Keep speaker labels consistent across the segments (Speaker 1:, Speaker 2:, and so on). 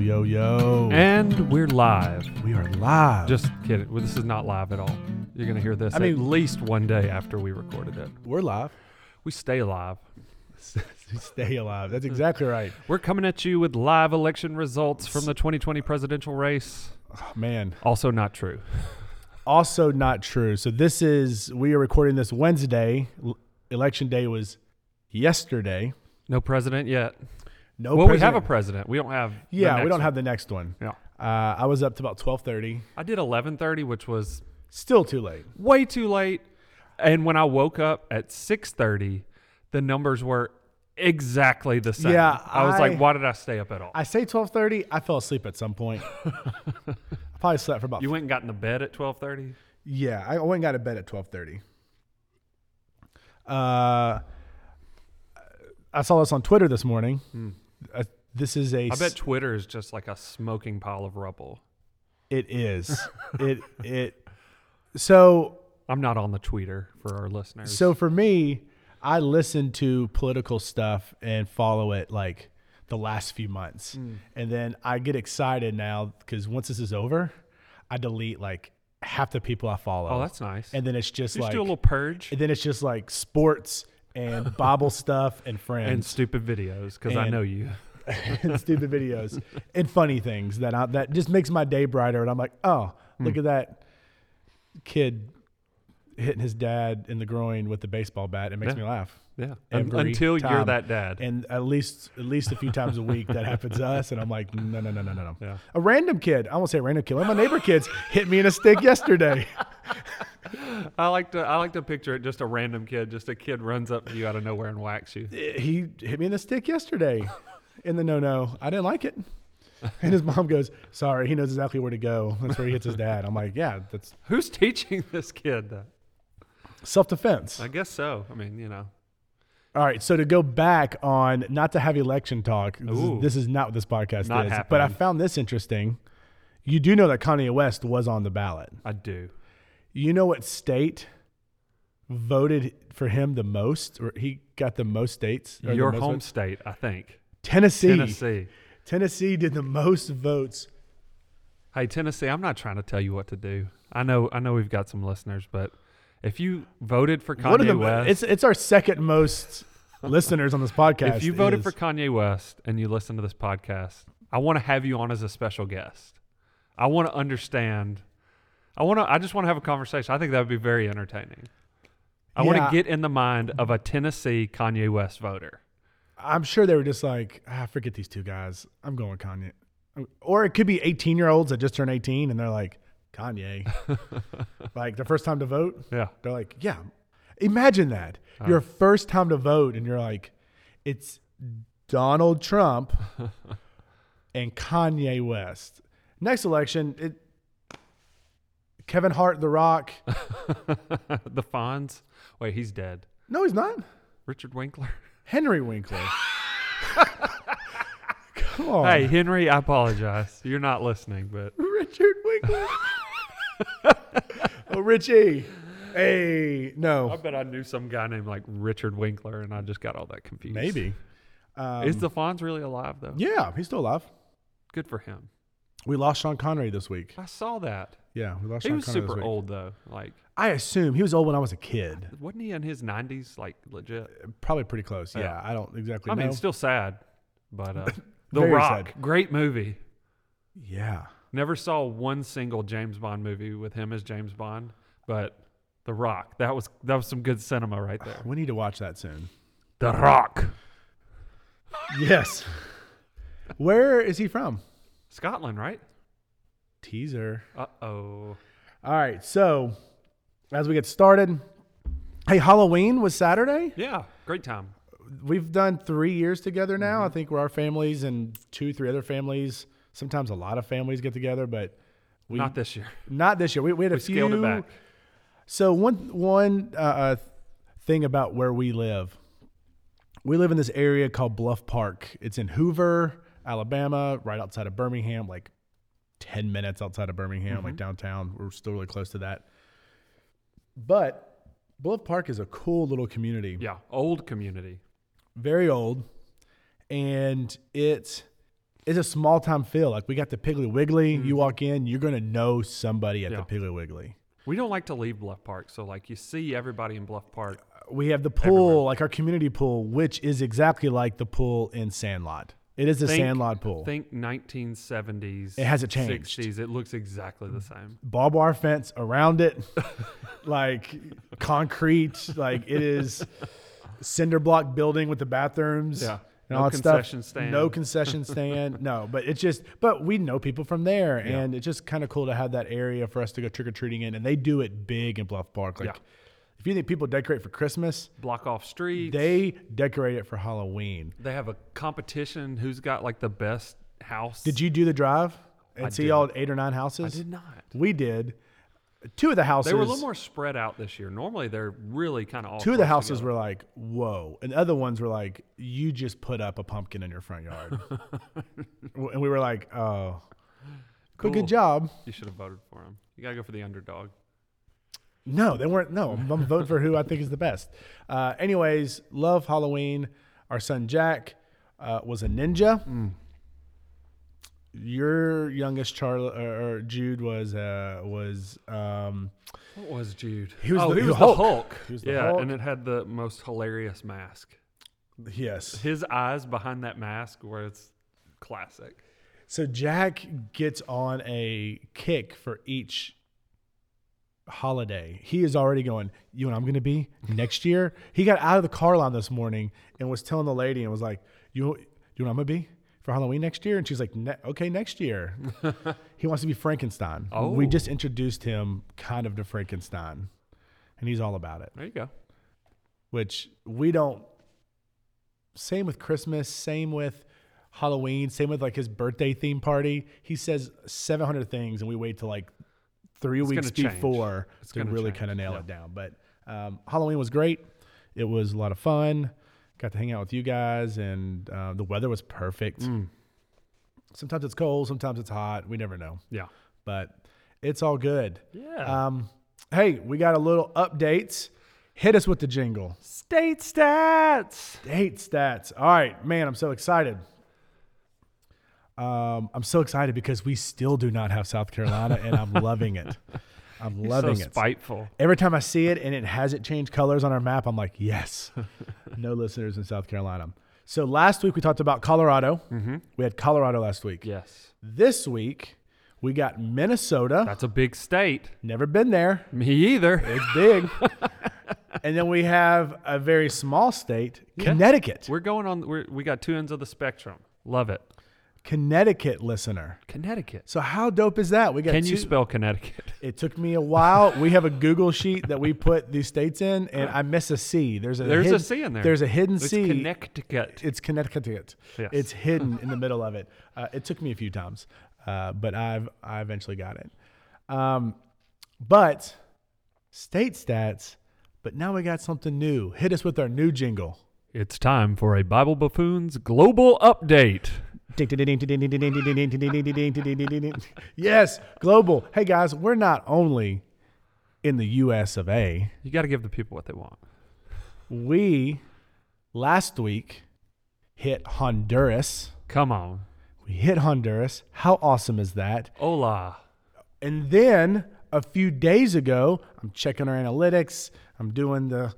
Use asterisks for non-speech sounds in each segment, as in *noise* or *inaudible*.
Speaker 1: Yo, yo.
Speaker 2: And we're live.
Speaker 1: we are live.
Speaker 2: Just kidding. Well, this is not live at all. You're going to hear this
Speaker 1: I
Speaker 2: at
Speaker 1: mean-
Speaker 2: least one day after we recorded it.
Speaker 1: we're live. *laughs*
Speaker 2: We stay live.
Speaker 1: Stay alive. That's exactly right.
Speaker 2: We're coming at you with live election results from the 2020 presidential race.
Speaker 1: Oh, man.
Speaker 2: Also, not true.
Speaker 1: Also, not true. So, this is, we are recording this Wednesday. L- Election day was yesterday.
Speaker 2: No president yet.
Speaker 1: No,
Speaker 2: well, we have a
Speaker 1: president.
Speaker 2: president. We don't have. the
Speaker 1: Yeah, we
Speaker 2: next
Speaker 1: don't
Speaker 2: one.
Speaker 1: have the next one.
Speaker 2: Yeah.
Speaker 1: Uh, I was up to about 1230.
Speaker 2: I did 11:30, which was
Speaker 1: Still too late.
Speaker 2: way too late. And when I woke up at 6:30, the numbers were exactly the same.
Speaker 1: Yeah,
Speaker 2: I was
Speaker 1: I-
Speaker 2: like, why did I stay up at all?
Speaker 1: I say 1230. I fell asleep at some
Speaker 2: *laughs*
Speaker 1: point. I probably slept for about,
Speaker 2: you went and got in the bed at 12:30.
Speaker 1: yeah, I went and got to bed at 1230. Uh, I saw this on Twitter this morning. Uh, this is a
Speaker 2: Hmm. I
Speaker 1: s-
Speaker 2: bet Twitter is just like a smoking pile of rubble.
Speaker 1: It
Speaker 2: *laughs*
Speaker 1: is. it it so
Speaker 2: I'm not on the tweeter for our listeners.
Speaker 1: so for me, I listen to political stuff and follow it like the last few months.
Speaker 2: Hmm.
Speaker 1: And then I get excited now cuz once this is over, I delete like half the people I follow.
Speaker 2: oh, that's nice.
Speaker 1: and then it's just
Speaker 2: you
Speaker 1: like
Speaker 2: just do a little purge
Speaker 1: and then it's just like sports
Speaker 2: *laughs*
Speaker 1: and Bible stuff and
Speaker 2: and
Speaker 1: friends
Speaker 2: stupid videos because I
Speaker 1: and-
Speaker 2: know you.
Speaker 1: *laughs* and, stupid videos and funny things that I, that just makes my day brighter and I'm like, "Oh,
Speaker 2: Hmm.
Speaker 1: look at that kid hitting his dad in the groin with the baseball bat. It makes
Speaker 2: Yeah.
Speaker 1: me laugh.
Speaker 2: Yeah. Un-
Speaker 1: Every
Speaker 2: until you're
Speaker 1: time.
Speaker 2: that dad.
Speaker 1: And at least at least a few times a week that happens
Speaker 2: *laughs*
Speaker 1: to us, and I'm like, no, no, no, no, no, no.
Speaker 2: Yeah.
Speaker 1: A random kid, I won't say a random kid. One of my neighbor kids hit me in a stick yesterday.
Speaker 2: I like to I like to picture it just a random kid, just a kid runs up to you out of nowhere and whacks you.
Speaker 1: he hit me in the stick
Speaker 2: *laughs*
Speaker 1: yesterday, in the no no. I didn't like it. And his mom goes, sorry, he knows exactly where to go. That's where he hits his dad. I'm like, yeah, that's
Speaker 2: Who's *laughs* teaching this kid that?
Speaker 1: self defense.
Speaker 2: I guess so. I mean, you know.
Speaker 1: All right, so to go back on not to have election talk, this,
Speaker 2: Ooh.
Speaker 1: is, this is not what this podcast
Speaker 2: Not
Speaker 1: is. But I
Speaker 2: happening.
Speaker 1: found this interesting. You do know that Kanye West was on the ballot.
Speaker 2: I do.
Speaker 1: You know what state voted for him the most, or he got the most states? or the
Speaker 2: Your
Speaker 1: most
Speaker 2: home
Speaker 1: votes?
Speaker 2: state, I think.
Speaker 1: Tennessee. Tennessee.
Speaker 2: Tennessee.
Speaker 1: did the most votes.
Speaker 2: Hey Tennessee, I'm not trying to tell you what to do. I know I know we've got some listeners, but if you voted for Kanye
Speaker 1: One of the
Speaker 2: West,
Speaker 1: It's it's our second most listeners on this podcast.
Speaker 2: *laughs* if you voted
Speaker 1: is-
Speaker 2: for Kanye West and you listen to this podcast, I want to have you on as a special guest. I want to understand. I want to. I just want to have a conversation. I think that would be very entertaining. I
Speaker 1: Yeah.
Speaker 2: want to get in the mind of a Tennessee Kanye West voter.
Speaker 1: I'm sure they were just like, ah, forget these two guys. I'm going Kanye. Or it could be 18 year olds that just turned 18 and they're like,
Speaker 2: *laughs*
Speaker 1: Kanye. like the first time to vote,
Speaker 2: Yeah. *laughs*
Speaker 1: they're like, yeah. Imagine that. Your first time to vote and you're like, it's Donald
Speaker 2: *laughs*
Speaker 1: Trump and Kanye West. Next election, it Kevin Hart, The
Speaker 2: *laughs*
Speaker 1: Rock.
Speaker 2: the Fonz. Wait, he's dead.
Speaker 1: No, he's not.
Speaker 2: Richard Winkler.
Speaker 1: Henry Winkler. *laughs* Come on.
Speaker 2: Hey, Henry, I apologize. You're not listening, but
Speaker 1: Richard
Speaker 2: *laughs*
Speaker 1: Winkler. oh, Richie. Hey,
Speaker 2: I
Speaker 1: no.
Speaker 2: bet I knew some guy named like Richard Winkler, and I just got all that confused.
Speaker 1: Maybe. Um,
Speaker 2: Is the Fonz really alive though?
Speaker 1: yeah, he's still alive.
Speaker 2: Good for him.
Speaker 1: We lost Sean Connery this week.
Speaker 2: I saw that.
Speaker 1: Yeah, we lost
Speaker 2: He
Speaker 1: Sean
Speaker 2: was
Speaker 1: Connery this
Speaker 2: super
Speaker 1: week.
Speaker 2: old though. Like,
Speaker 1: I assume he was old when I was a kid.
Speaker 2: wasn't he in his nineties? Like, legit.
Speaker 1: Probably pretty close. Yeah,
Speaker 2: Yeah.
Speaker 1: I don't exactly
Speaker 2: I
Speaker 1: know.
Speaker 2: mean, still sad,
Speaker 1: *laughs*
Speaker 2: but uh, The
Speaker 1: Very
Speaker 2: Rock,
Speaker 1: sad.
Speaker 2: great movie.
Speaker 1: yeah.
Speaker 2: Never saw one single James Bond movie with him as James Bond, but The Rock. That was that was some good cinema
Speaker 1: *sighs*
Speaker 2: right there.
Speaker 1: We need to watch that soon.
Speaker 2: The Rock,
Speaker 1: yes. *laughs* Where is he from?
Speaker 2: Scotland, right?
Speaker 1: Teaser.
Speaker 2: Uh oh.
Speaker 1: All right. So, as we get started, hey, Halloween was Saturday.
Speaker 2: Yeah, great time.
Speaker 1: we've done three years together now.
Speaker 2: Mm-hmm.
Speaker 1: I think we're our families and two, three other families. Sometimes a lot of families get together, but we
Speaker 2: Not
Speaker 1: not,
Speaker 2: this year.
Speaker 1: this year. We, we had a
Speaker 2: We scaled
Speaker 1: few.
Speaker 2: it back.
Speaker 1: So one one uh, uh, thing about where we live, we live in this area called Bluff Park. It's in Hoover, Alabama, right outside of Birmingham, like ten minutes outside of Birmingham,
Speaker 2: Mm-hmm.
Speaker 1: like downtown. We're still really close to that. But Bluff Park is a cool little community
Speaker 2: Yeah, old community.
Speaker 1: very old, and it it's a small time feel. Like we got the Piggly Wiggly. You walk in, you're gonna know somebody at
Speaker 2: Yeah.
Speaker 1: the Piggly Wiggly.
Speaker 2: We don't like to leave Bluff Park, so like you see everybody in Bluff Park.
Speaker 1: Uh, We have the pool, like our community pool, which is exactly like the pool in Sandlot. It is a
Speaker 2: Think-
Speaker 1: Sandlot pool.
Speaker 2: Think 1970s.
Speaker 1: Oh. It hasn't changed.
Speaker 2: 60s. It looks exactly the same.
Speaker 1: barbed wire fence around it, *laughs* like concrete, like it *laughs* is cinder block building with the bathrooms.
Speaker 2: Yeah.
Speaker 1: And all
Speaker 2: No
Speaker 1: that
Speaker 2: concession
Speaker 1: stuff.
Speaker 2: stand.
Speaker 1: No concession
Speaker 2: *laughs*
Speaker 1: stand. no, but it's just, but we know people from there,
Speaker 2: Yeah.
Speaker 1: and it's just kind of cool to have that area for us to go trick or treating in. And they do it big in Bluff Park. Like,
Speaker 2: Yeah.
Speaker 1: if you think people decorate for Christmas,
Speaker 2: Block off streets.
Speaker 1: they decorate it for Halloween.
Speaker 2: They have a competition who's got like the best house.
Speaker 1: Did you do the drive and
Speaker 2: I
Speaker 1: see
Speaker 2: didn't.
Speaker 1: all eight or nine houses?
Speaker 2: I did not.
Speaker 1: We did. Two of the houses.
Speaker 2: They were a little more spread out this year. Normally they're really kind of all
Speaker 1: two of the
Speaker 2: close
Speaker 1: houses
Speaker 2: together.
Speaker 1: were like, "Whoa," and other ones were like, "You just put up a pumpkin in your front
Speaker 2: *laughs*
Speaker 1: yard," W- and we were like, "Oh, but
Speaker 2: Cool.
Speaker 1: good job."
Speaker 2: You should have voted for him. You gotta go for the underdog.
Speaker 1: No, they weren't. No, I'm, I'm voting for who I think is the best. Uh, anyways, love Halloween. Our son Jack uh, was a ninja. Your youngest Charlie or or Jude was uh, was um,
Speaker 2: What was Jude?
Speaker 1: He was
Speaker 2: oh,
Speaker 1: the-
Speaker 2: he
Speaker 1: the
Speaker 2: was
Speaker 1: Hulk.
Speaker 2: the Hulk.
Speaker 1: He was the
Speaker 2: yeah,
Speaker 1: Hulk.
Speaker 2: and it had the most hilarious mask.
Speaker 1: yes.
Speaker 2: His eyes behind that mask where it's classic.
Speaker 1: So Jack gets on a kick for each holiday. He is already going, you know what I'm gonna be next year? He got out of the car line this morning and was telling the lady and was like, You you know what I'm gonna be for Halloween next year? And she's like, ne- okay, next year. he wants to be Frankenstein. We
Speaker 2: Oh.
Speaker 1: just introduced him kind of to Frankenstein. And he's all about it.
Speaker 2: There you go.
Speaker 1: Which we don't same with Christmas, same with Halloween, same with like his birthday theme party. He says 700 things and we wait till like three
Speaker 2: gonna
Speaker 1: weeks
Speaker 2: change.
Speaker 1: before
Speaker 2: It's
Speaker 1: to
Speaker 2: gonna
Speaker 1: really
Speaker 2: change,
Speaker 1: kind of nail
Speaker 2: yeah.
Speaker 1: it down. But um, Halloween was great. It was a lot of fun. Got to hang out with you guys and uh, the weather was perfect.
Speaker 2: Mm.
Speaker 1: Sometimes it's cold, sometimes it's hot. We never know,
Speaker 2: Yeah.
Speaker 1: but it's all good.
Speaker 2: Yeah.
Speaker 1: Um, hey, we got a little updates. Hit us with the jingle.
Speaker 2: State stats.
Speaker 1: Date stats. All right, man, I'm so excited. Um, I'm so excited because we still do not have South Carolina, and I'm loving it.
Speaker 2: *laughs*
Speaker 1: I'm loving
Speaker 2: so
Speaker 1: it.
Speaker 2: spiteful.
Speaker 1: Every time I see it and it hasn't changed colors on our map, I'm like, yes, no *laughs* listeners in South Carolina. So last week we talked about Colorado.
Speaker 2: Mm-hmm.
Speaker 1: We had Colorado last week.
Speaker 2: Yes.
Speaker 1: This week we got Minnesota.
Speaker 2: That's a big state.
Speaker 1: Never been there.
Speaker 2: Me either.
Speaker 1: It's big. and then we have a very small state, Connecticut.
Speaker 2: We're going on. We're, we got two ends of the spectrum. Love it.
Speaker 1: Connecticut listener.
Speaker 2: Connecticut.
Speaker 1: So how dope is that? We got
Speaker 2: Can
Speaker 1: two,
Speaker 2: you spell Connecticut?
Speaker 1: It took me a while. We have a Google sheet that we put these states in, and I miss a C. There's a
Speaker 2: Uh-huh. There's a
Speaker 1: hidden,
Speaker 2: C in there.
Speaker 1: There's a hidden
Speaker 2: It's
Speaker 1: C.
Speaker 2: Connecticut.
Speaker 1: it's Connecticut.
Speaker 2: Yes.
Speaker 1: It's
Speaker 2: *laughs*
Speaker 1: hidden in the middle of it. Uh, it took me a few times, uh, but I've I eventually got it. Um, but state stats. But now we got something new. Hit us with our new jingle.
Speaker 2: It's time for a Bible Buffoons global update.
Speaker 1: yes, global. Hey guys, we're not only in the US of A.
Speaker 2: You got to give the people what they want.
Speaker 1: We last week hit Honduras.
Speaker 2: Come on.
Speaker 1: We hit Honduras. How awesome is that?
Speaker 2: Hola.
Speaker 1: And then a few days ago, I'm checking our analytics. I'm doing the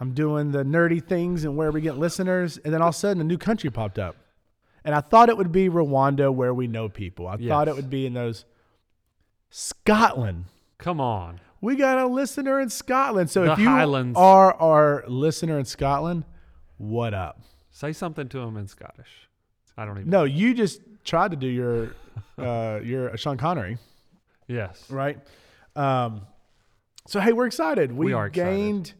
Speaker 1: I'm doing the nerdy things and where we get listeners. And then all of a sudden a new country popped up. And I thought it would be Rwanda where we know people. I thought it
Speaker 2: Yes.
Speaker 1: would be in those Scotland.
Speaker 2: Come on.
Speaker 1: We got a listener in Scotland. So
Speaker 2: The
Speaker 1: if you
Speaker 2: Highlands.
Speaker 1: are our listener in Scotland, what up?
Speaker 2: Say something to them in Scottish. I don't even.
Speaker 1: No, you just tried to do your *laughs* uh, your Sean Connery.
Speaker 2: Yes.
Speaker 1: right? Um, so hey, we're excited. We,
Speaker 2: are excited.
Speaker 1: gained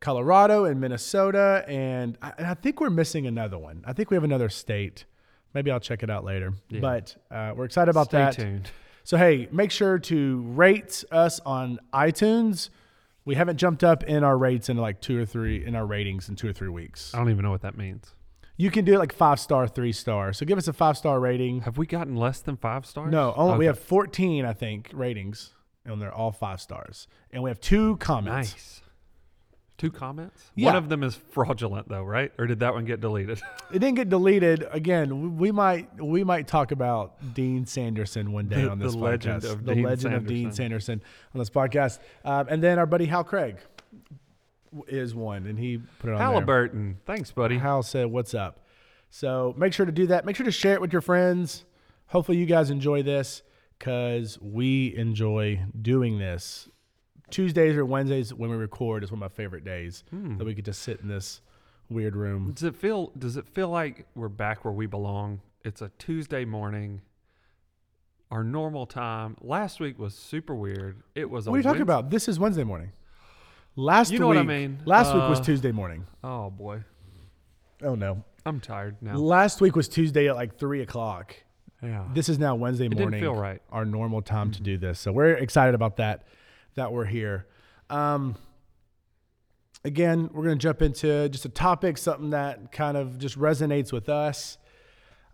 Speaker 1: Colorado and Minnesota, and I, and I think we're missing another one. I think we have another state. Maybe I'll check it out later.
Speaker 2: Yeah.
Speaker 1: But uh, we're excited about
Speaker 2: Stay
Speaker 1: that.
Speaker 2: tuned.
Speaker 1: So hey, make sure to rate us on iTunes. We haven't jumped up in our rates in like two or three in our ratings in two or three weeks.
Speaker 2: I don't even know what that means.
Speaker 1: You can do it like five star, three star. So give us a five star rating.
Speaker 2: Have we gotten less than five stars?
Speaker 1: No, only, we have
Speaker 2: Okay.
Speaker 1: 14, I think, ratings, and they're all five stars. And we have two comments.
Speaker 2: Nice. Two comments. One
Speaker 1: Yeah.
Speaker 2: of them is fraudulent, though, right? Or did that one get deleted?
Speaker 1: It didn't get deleted. Again, w- we might we might talk about Dean Sanderson one day
Speaker 2: The-
Speaker 1: on this
Speaker 2: the
Speaker 1: podcast.
Speaker 2: legend of
Speaker 1: the
Speaker 2: Dean
Speaker 1: legend of Dean
Speaker 2: Sanderson.
Speaker 1: Sanderson on this podcast, um, and then our buddy Hal Craig w- is one, and he put it on there.
Speaker 2: Halliburton. Thanks, buddy.
Speaker 1: Hal said, "What's up?" So make sure to do that. Make sure to share it with your friends. Hopefully, you guys enjoy this because we enjoy doing this. Tuesdays or Wednesdays when we record is one of my favorite days
Speaker 2: Hmm.
Speaker 1: that we get to sit in this weird room.
Speaker 2: Does it feel does it feel like we're back where we belong? It's a Tuesday morning. Our normal time. Last week was super weird. It was a
Speaker 1: What are you talking
Speaker 2: Wednesday-
Speaker 1: about? This is Wednesday morning. Last
Speaker 2: You know
Speaker 1: week,
Speaker 2: what I mean.
Speaker 1: Last week was
Speaker 2: Uh,
Speaker 1: Tuesday morning.
Speaker 2: Oh boy.
Speaker 1: Oh no!
Speaker 2: I'm tired now.
Speaker 1: Last week was Tuesday at like three o'clock.
Speaker 2: Yeah.
Speaker 1: This is now Wednesday
Speaker 2: didn't
Speaker 1: morning.
Speaker 2: feel right.
Speaker 1: Our normal time to do this. So we're excited about that. That we're here. Um, again, we're gonna jump into just a topic, something that kind of just resonates with us.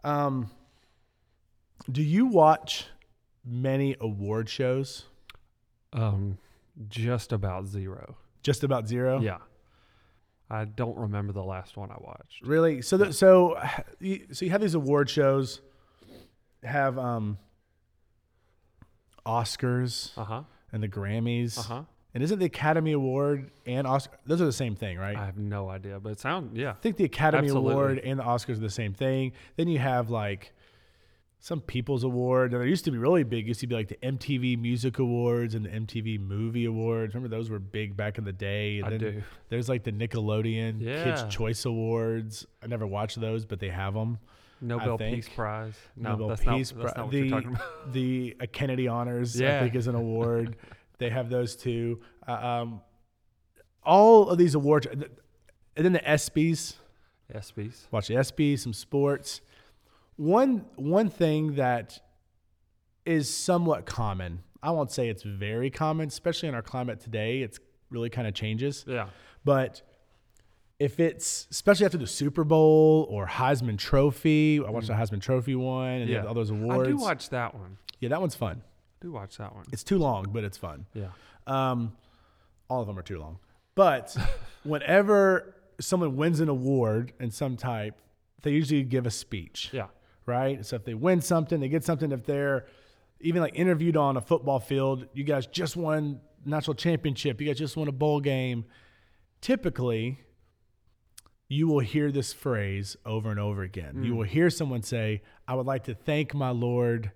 Speaker 1: Um, do you watch many award shows?
Speaker 2: Um just about zero.
Speaker 1: Just about zero.
Speaker 2: Yeah. I don't remember the last one I watched.
Speaker 1: Really? So, the, so, you- so you have these award shows, have um, Oscars
Speaker 2: Uh-huh.
Speaker 1: and the Grammys,
Speaker 2: Uh-huh.
Speaker 1: and isn't the Academy Award and Oscar? Those are the same thing, right?
Speaker 2: I have no idea, but it sounds yeah.
Speaker 1: I think the Academy
Speaker 2: Absolutely.
Speaker 1: Award and the Oscars are the same thing. Then you have like some People's Award. Now, there used to be really big. It used to be like the MTV Music Awards and the MTV Movie Awards. Remember those were big back in the day. And
Speaker 2: I
Speaker 1: then
Speaker 2: do.
Speaker 1: There's like the Nickelodeon
Speaker 2: Yeah.
Speaker 1: Kids Choice Awards. I never watched those, but they have them.
Speaker 2: Nobel Peace
Speaker 1: think
Speaker 2: Prize. No,
Speaker 1: Nobel
Speaker 2: that's
Speaker 1: Peace
Speaker 2: not that's
Speaker 1: Pri-
Speaker 2: not what
Speaker 1: the,
Speaker 2: you're talking about. *laughs*
Speaker 1: the uh, Kennedy Honors, I
Speaker 2: Yeah.
Speaker 1: think, is an award. *laughs* they have those two. Uh, um, all of these awards, and then the ESPYS.
Speaker 2: ESPYS.
Speaker 1: Watch the ESPYS, some sports. One one thing that is somewhat common. I won't say it's very common, especially in our climate today. It's really kind of changes.
Speaker 2: Yeah.
Speaker 1: But if it's especially after the Super Bowl or Heisman Trophy, I watched the Heisman Trophy one and they
Speaker 2: Mm. Yeah.
Speaker 1: have all those awards.
Speaker 2: I do watch that one.
Speaker 1: Yeah, that one's fun.
Speaker 2: I do watch that one.
Speaker 1: It's too long, but it's fun.
Speaker 2: Yeah.
Speaker 1: Um, all of them are too long.
Speaker 2: *laughs*
Speaker 1: But whenever someone wins an award in some type, they usually give a speech,
Speaker 2: Yeah.
Speaker 1: right? So if they win something, they get something. If they're even like interviewed on a football field, you guys just won national championship. You guys just won a bowl game. Typically, you will hear this phrase over and over again.
Speaker 2: Mm.
Speaker 1: You will hear someone say, "I would like to thank my Lord,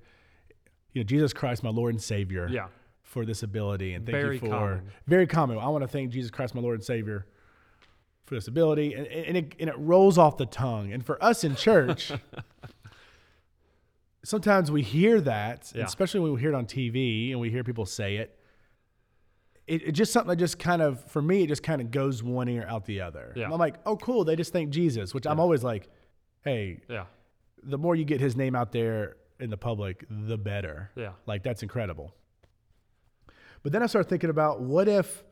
Speaker 1: you know, Jesus Christ, my Lord and Savior."
Speaker 2: Yeah.
Speaker 1: for this ability and thank
Speaker 2: Very
Speaker 1: you for
Speaker 2: common.
Speaker 1: very common. I want to thank Jesus Christ, my Lord and Savior, for this ability, and and it, and it rolls off the tongue. And for us in
Speaker 2: *laughs*
Speaker 1: church, sometimes we hear that, and
Speaker 2: Yeah.
Speaker 1: especially when we hear it on TV and we hear people say it. It, it just something that just kind of for me it just kind of goes one ear out the other.
Speaker 2: Yeah.
Speaker 1: And I'm like, oh cool, they just thank Jesus, which I'm always like, hey,
Speaker 2: Yeah.
Speaker 1: the more you get his name out there in the public, the better.
Speaker 2: Yeah.
Speaker 1: Like that's incredible. But then I started thinking about what if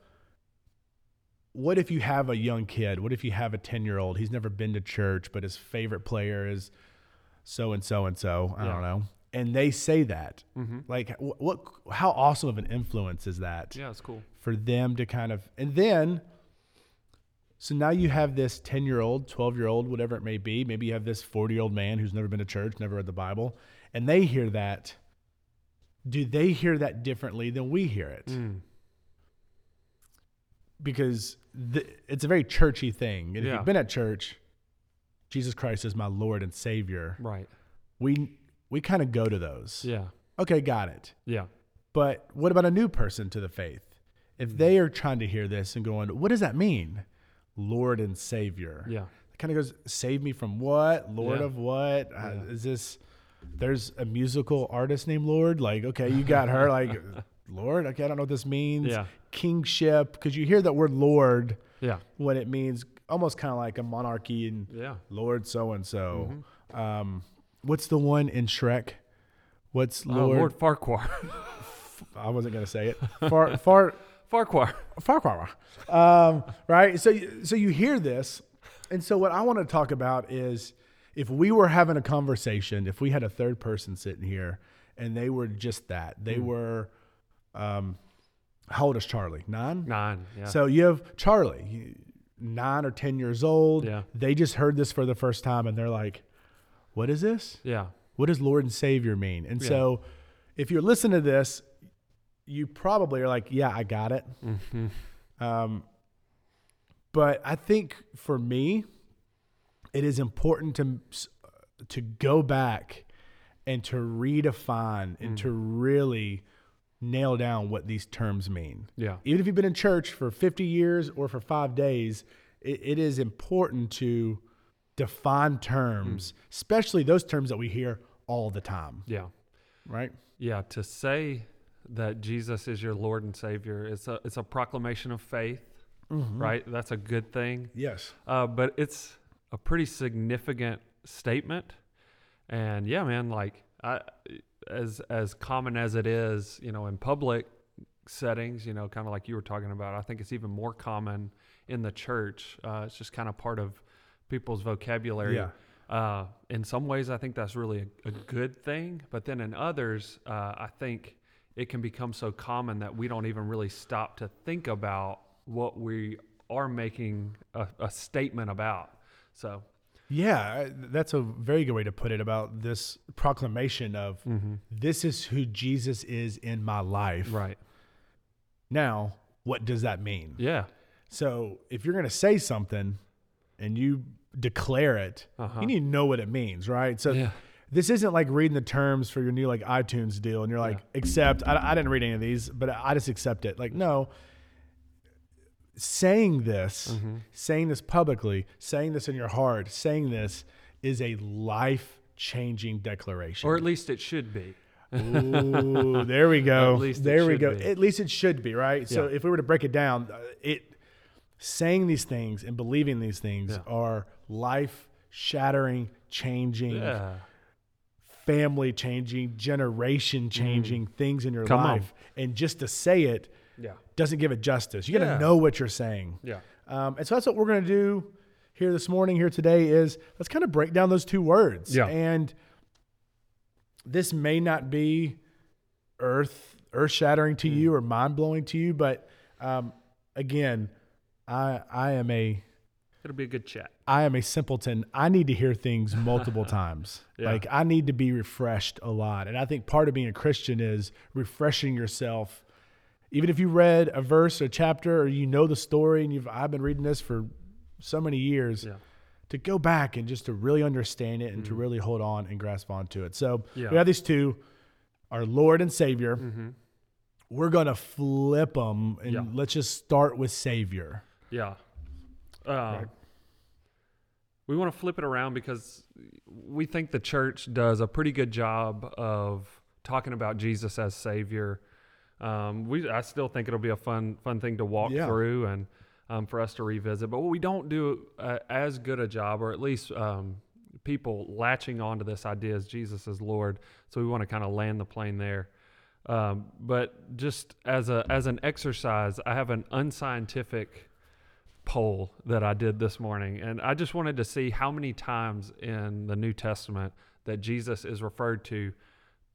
Speaker 1: what if you have a young kid? What if you have a 10-year-old? He's never been to church, but his favorite player is so and so and so. I
Speaker 2: Yeah.
Speaker 1: don't know. And they say that.
Speaker 2: Mhm.
Speaker 1: Like wh- what how awesome of an influence is that?
Speaker 2: Yeah, it's cool.
Speaker 1: for them to kind of and then so now you have this 10 year old 12 year old whatever it may be maybe you have this 40 year old man who's never been to church never read the bible and they hear that do they hear that differently than we hear it
Speaker 2: Mm.
Speaker 1: because the, it's a very churchy thing and if
Speaker 2: Yeah.
Speaker 1: you've been at church jesus christ is my lord and savior
Speaker 2: Right.
Speaker 1: we we kind of go to those
Speaker 2: Yeah.
Speaker 1: okay got it
Speaker 2: Yeah.
Speaker 1: But what about a new person to the faith? If they are trying to hear this and going, what does that mean? Lord and Savior.
Speaker 2: Yeah.
Speaker 1: It kind of goes, save me from what? Lord
Speaker 2: Yeah.
Speaker 1: of what? Uh,
Speaker 2: Yeah.
Speaker 1: is this, there's a musical artist named Lord? Like, okay, you got her.
Speaker 2: *laughs*
Speaker 1: like, Lord? Okay, I don't know what this means.
Speaker 2: Yeah.
Speaker 1: Kingship. Because you hear that word Lord
Speaker 2: Yeah.
Speaker 1: when it means almost kind of like a monarchy and
Speaker 2: Yeah. Mm-hmm.
Speaker 1: Lord so and so. Um, What's the one in Shrek? What's
Speaker 2: Lord, oh,
Speaker 1: Lord?
Speaker 2: Lord Farquhar. *laughs*
Speaker 1: I wasn't gonna say it. Far, *laughs* far,
Speaker 2: Farquhar.
Speaker 1: Farquhar. Um, right? So, you- so you hear this, and so what I want to talk about is if we were having a conversation, if we had a third person sitting here, and they were just that, they were um, How old is Charlie? Nine?
Speaker 2: Nine. Yeah.
Speaker 1: So you have Charlie, you- nine or 10 years old.
Speaker 2: Yeah.
Speaker 1: They just heard this for the first time and they're like, what is this?
Speaker 2: yeah.
Speaker 1: What does Lord and Savior mean? And
Speaker 2: Yeah.
Speaker 1: so if you're listening to this, you probably are like, yeah, I got it. Um, but I think for me, it is important to to go back and to redefine and to really nail down what these terms mean.
Speaker 2: Yeah.
Speaker 1: Even if you've been in church for 50 years or for five days, it, it is important to define terms, especially those terms that we hear all the time,
Speaker 2: Yeah.
Speaker 1: right?
Speaker 2: Yeah. To say that Jesus is your Lord and Savior, it's a it's a proclamation of faith, right? That's a good thing.
Speaker 1: Yes.
Speaker 2: Uh, but it's a pretty significant statement. And yeah, man, like I, as as common as it is, you know, in public settings, you know, kind of like you were talking about, I think it's even more common in the church. Uh, it's just kind of part of people's vocabulary.
Speaker 1: Yeah.
Speaker 2: Uh, in some ways, I think that's really a, a good thing. But then in others, uh, I think it can become so common that we don't even really stop to think about what we are making a, a statement about. So,
Speaker 1: Yeah, I- that's a very good way to put it about this proclamation of this is who Jesus is in my life.
Speaker 2: right.
Speaker 1: Now, what does that mean?
Speaker 2: Yeah.
Speaker 1: So, if you're going to say something and you declare it,
Speaker 2: Uh-huh.
Speaker 1: you need to know what it means, right? So,
Speaker 2: Yeah.
Speaker 1: this isn't like reading the terms for your new like iTunes deal and you're like, accept, I, I didn't read any of these, but I just accept it. Like, no. Saying this,
Speaker 2: Mm-hmm.
Speaker 1: saying this publicly, saying this in your heart, saying this is a life changing declaration.
Speaker 2: Or at least it should be.
Speaker 1: Ooh, there we go.
Speaker 2: *laughs* At least it
Speaker 1: there we
Speaker 2: should
Speaker 1: go.
Speaker 2: be.
Speaker 1: At least it should be right. So
Speaker 2: Yeah.
Speaker 1: if we were to break it down, uh, it saying these things and believing these things
Speaker 2: Yeah.
Speaker 1: are life shattering, changing,
Speaker 2: Yeah.
Speaker 1: family changing, generation changing things in your
Speaker 2: Mm. Come on.
Speaker 1: life. And just to say it
Speaker 2: Yeah.
Speaker 1: doesn't give it justice. You got to
Speaker 2: Yeah.
Speaker 1: know what you're saying.
Speaker 2: Yeah.
Speaker 1: Um, and so that's what we're going to do here this morning, here today, is let's kind of break down those two words.
Speaker 2: Yeah.
Speaker 1: And this may not be earth earth shattering to you or mind blowing to you, but um, again, I I am a
Speaker 2: It'll be a good chat.
Speaker 1: I am a simpleton. I need to hear things
Speaker 2: *laughs*
Speaker 1: multiple times.
Speaker 2: Yeah.
Speaker 1: Like I need to be refreshed a lot. And I think part of being a Christian is refreshing yourself. Even if you read a verse or chapter or you know the story and you've I've been reading this for so many years
Speaker 2: Yeah. Mm-hmm.
Speaker 1: to go back and just to really understand it and to really hold on and grasp onto it. So
Speaker 2: Yeah. Mm-hmm.
Speaker 1: we have these two, our Lord and Savior. We're gonna flip them and
Speaker 2: Yeah.
Speaker 1: let's just start with Savior.
Speaker 2: Yeah. Um, We want to flip it around because we think the church does a pretty good job of talking about Jesus as Savior. Um, we, I still think it'll be a fun, fun thing to walk
Speaker 1: Yeah.
Speaker 2: through and um, for us to revisit. But we don't do uh, as good a job, or at least um, people latching onto this idea as Jesus is Lord. So we want to kind of land the plane there. Um, but just as a as an exercise, I have an unscientific poll that I did this morning, and I just wanted to see how many times in the New Testament that Jesus is referred to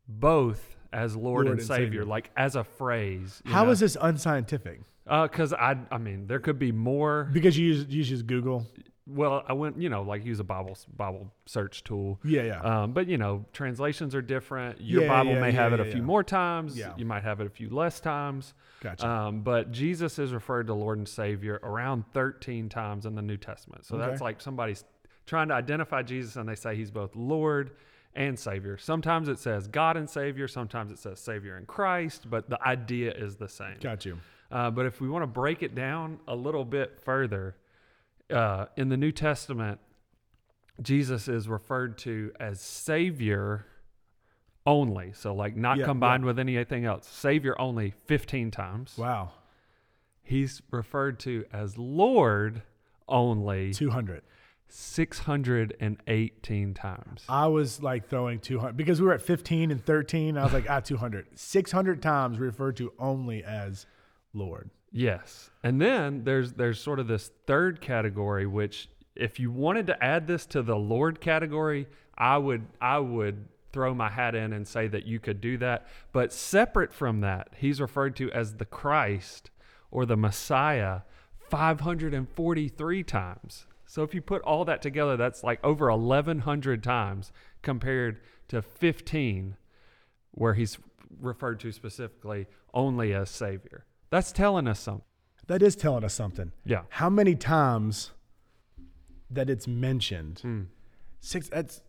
Speaker 2: both as Lord, and, Savior, like as a phrase.
Speaker 1: How is this unscientific?
Speaker 2: Because I, I mean, there could be more.
Speaker 1: Because you use you use Google.
Speaker 2: Well, I went, you know, like use a Bible Bible search tool.
Speaker 1: Yeah, yeah.
Speaker 2: Um, but you know, translations are different. Your
Speaker 1: Yeah,
Speaker 2: Bible
Speaker 1: yeah,
Speaker 2: may
Speaker 1: yeah,
Speaker 2: have it a
Speaker 1: yeah,
Speaker 2: few
Speaker 1: yeah.
Speaker 2: more times.
Speaker 1: Yeah.
Speaker 2: You might have it a few less times.
Speaker 1: Gotcha.
Speaker 2: Um, but Jesus is referred to Lord and Savior around 13 times in the New Testament. So that's
Speaker 1: Okay.
Speaker 2: like somebody's trying to identify Jesus and they say he's both Lord and Savior. Sometimes it says God and Savior, sometimes it says Savior and Christ, but the idea is the same.
Speaker 1: Got you.
Speaker 2: Uh, but if we want to break it down a little bit further, uh, in the New Testament, Jesus is referred to as Savior only. So, like, not
Speaker 1: Yeah,
Speaker 2: combined with anything else. Savior only 15 times.
Speaker 1: Wow.
Speaker 2: He's referred to as Lord only
Speaker 1: 200.
Speaker 2: 618 times.
Speaker 1: I was like throwing 200 because we were at 15 and 13. I was like, ah, 200. 600 times referred to only as Lord.
Speaker 2: Yes. And then there's there's sort of this third category which if you wanted to add this to the Lord category, I would I would throw my hat in and say that you could do that. But separate from that, he's referred to as the Christ or the Messiah 543 times. So if you put all that together, that's like over 1,100 times compared to 15, where he's referred to specifically only as Savior. That's telling us something.
Speaker 1: That is telling us something.
Speaker 2: Yeah.
Speaker 1: How many times that it's mentioned?
Speaker 2: Hmm.
Speaker 1: Six. That's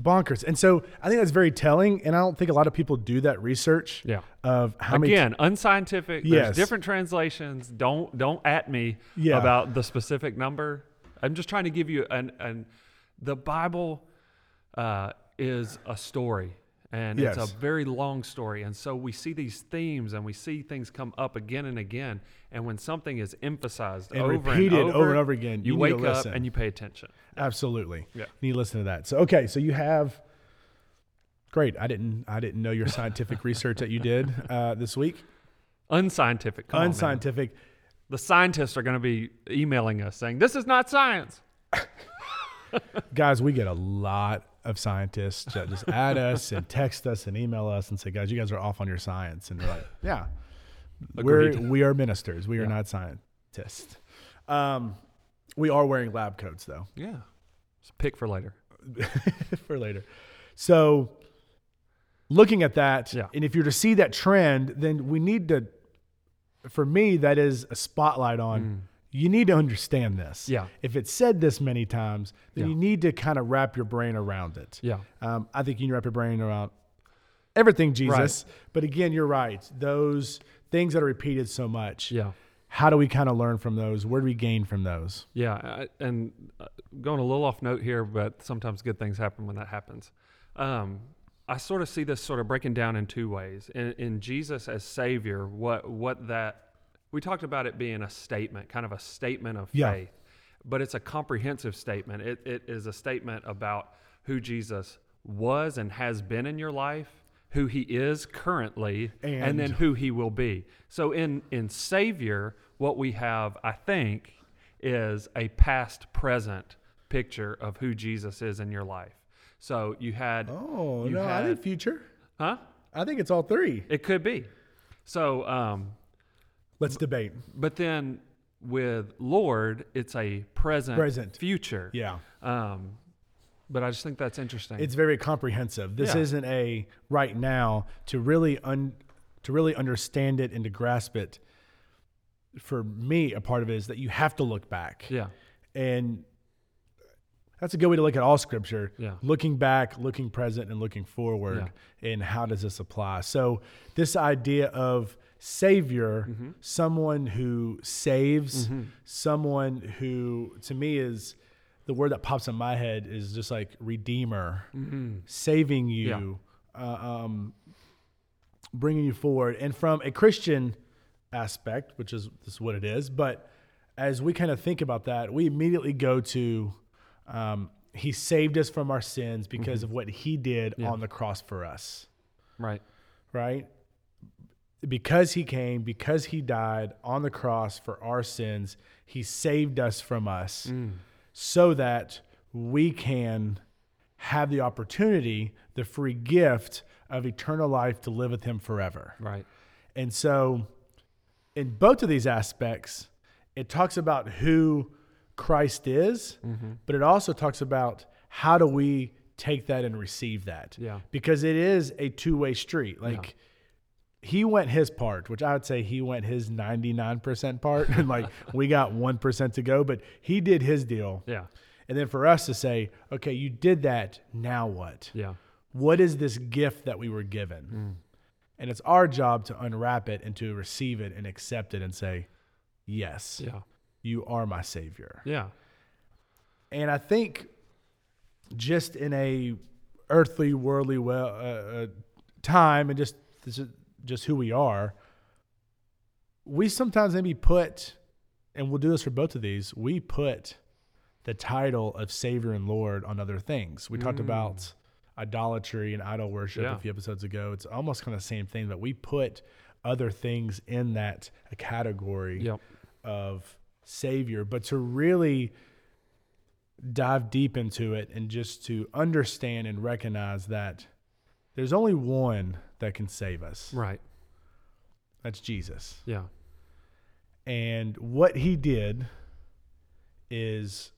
Speaker 1: bonkers. And so I think that's very telling. And I don't think a lot of people do that research.
Speaker 2: Yeah.
Speaker 1: Of how many.
Speaker 2: Again, unscientific.
Speaker 1: Yes.
Speaker 2: There's different translations. Don't don't at me
Speaker 1: Yeah.
Speaker 2: about the specific number. I'm just trying to give you an an the Bible uh, is a story and
Speaker 1: Yes.
Speaker 2: it's a very long story and so we see these themes and we see things come up again and again and when something is emphasized
Speaker 1: And
Speaker 2: over,
Speaker 1: repeated
Speaker 2: and over,
Speaker 1: over and over again,
Speaker 2: you,
Speaker 1: you need to
Speaker 2: wake up
Speaker 1: listen.
Speaker 2: and you pay attention
Speaker 1: Absolutely.
Speaker 2: Yeah.
Speaker 1: You need to listen to that. So okay, so you have great. I didn't I didn't know your
Speaker 2: *laughs*
Speaker 1: scientific research that you did uh, this week.
Speaker 2: unscientific come on, Oh, man.
Speaker 1: Unscientific.
Speaker 2: the scientists are going to be emailing us saying this is not science
Speaker 1: Guys, we get a lot of scientists that just add
Speaker 2: *laughs*
Speaker 1: us and text us and email us and say, guys, you guys are off on your science. And we're like, yeah. We're,
Speaker 2: Agreed.
Speaker 1: we are ministers. We are not scientists. Um, we are wearing lab coats though.
Speaker 2: yeah it's a pick for later
Speaker 1: *laughs* for later. So, looking at that,
Speaker 2: Yeah.
Speaker 1: and if you're to see that trend, then we need to, for me, that is a spotlight on. You need to understand this.
Speaker 2: Mm. Yeah.
Speaker 1: If it's said this many times, then
Speaker 2: Yeah.
Speaker 1: you need to kind of wrap your brain around it.
Speaker 2: yeah
Speaker 1: Um, I think you need to wrap your brain around everything, Jesus. But again, you're right. Those things that are repeated so much.
Speaker 2: yeah
Speaker 1: How do we kind of learn from those? Where do we gain from those?
Speaker 2: Yeah, I, and uh, going a little off note here, but sometimes good things happen when that happens. Um, I sort of see this sort of breaking down in two ways. In, in Jesus as Savior, what what that we talked about it being a statement, kind of a statement of
Speaker 1: Yeah.
Speaker 2: faith, but it's a comprehensive statement. It, it is a statement about who Jesus was and has been in your life, who He is currently,
Speaker 1: And-
Speaker 2: and then who he will be. So in in Savior, what we have, I think, is a past present picture of who Jesus is in your life. So you had
Speaker 1: Oh,
Speaker 2: you
Speaker 1: no, I
Speaker 2: had-
Speaker 1: think future.
Speaker 2: huh?
Speaker 1: I think it's all three.
Speaker 2: It could be. So um
Speaker 1: Let's debate.
Speaker 2: but then with Lord, it's a present,
Speaker 1: Present.
Speaker 2: future.
Speaker 1: Yeah.
Speaker 2: Um but I just think that's interesting.
Speaker 1: it's very comprehensive. This
Speaker 2: Yeah.
Speaker 1: isn't a right now to really un, to really understand it and to grasp it. For me, a part of it is that you have to look back,
Speaker 2: yeah.
Speaker 1: and that's a good way to look at all scripture.
Speaker 2: Yeah.
Speaker 1: Looking back, looking present, and looking forward, and how does this apply? So this idea of savior, someone who saves, someone who to me is. The word that pops in my head is just like redeemer saving you, uh, um, bringing you forward. And from a Christian aspect, which is this is what it is, but as we kind of think about that, we immediately go to um, He saved us from our sins because of what He did on the cross for us,
Speaker 2: Right.
Speaker 1: right? Because He came, because He died on the cross for our sins, He saved us from us so that we can have the opportunity, the free gift of eternal life to live with Him forever.
Speaker 2: Right.
Speaker 1: And so, in both of these aspects, it talks about who Christ is,
Speaker 2: Mm-hmm.
Speaker 1: but it also talks about how do we take that and receive that.
Speaker 2: Yeah.
Speaker 1: Because it is a two way street. Like, He went his part, which I would say he went his 99% part. And
Speaker 2: *laughs*
Speaker 1: like we got 1% to go, but he did his deal.
Speaker 2: Yeah.
Speaker 1: And then for us to say, okay, you did that. Now what?
Speaker 2: Yeah.
Speaker 1: what is this gift that we were given? And it's our job to unwrap it and to receive it and accept it and say, Yes,
Speaker 2: Yeah.
Speaker 1: you are my savior.
Speaker 2: Yeah.
Speaker 1: And I think just in a earthly, worldly well, uh, uh, time and just this is just who we are, we sometimes maybe put, and we'll do this for both of these, we put the title of Savior and Lord on other things. We talked about idolatry and idol worship
Speaker 2: Yeah.
Speaker 1: a few episodes ago. It's almost kind of the same thing, but we put other things in that category
Speaker 2: Yep.
Speaker 1: of Savior, but to really dive deep into it and just to understand and recognize that There's only one that can save us.
Speaker 2: Right.
Speaker 1: That's Jesus.
Speaker 2: Yeah.
Speaker 1: And what he did is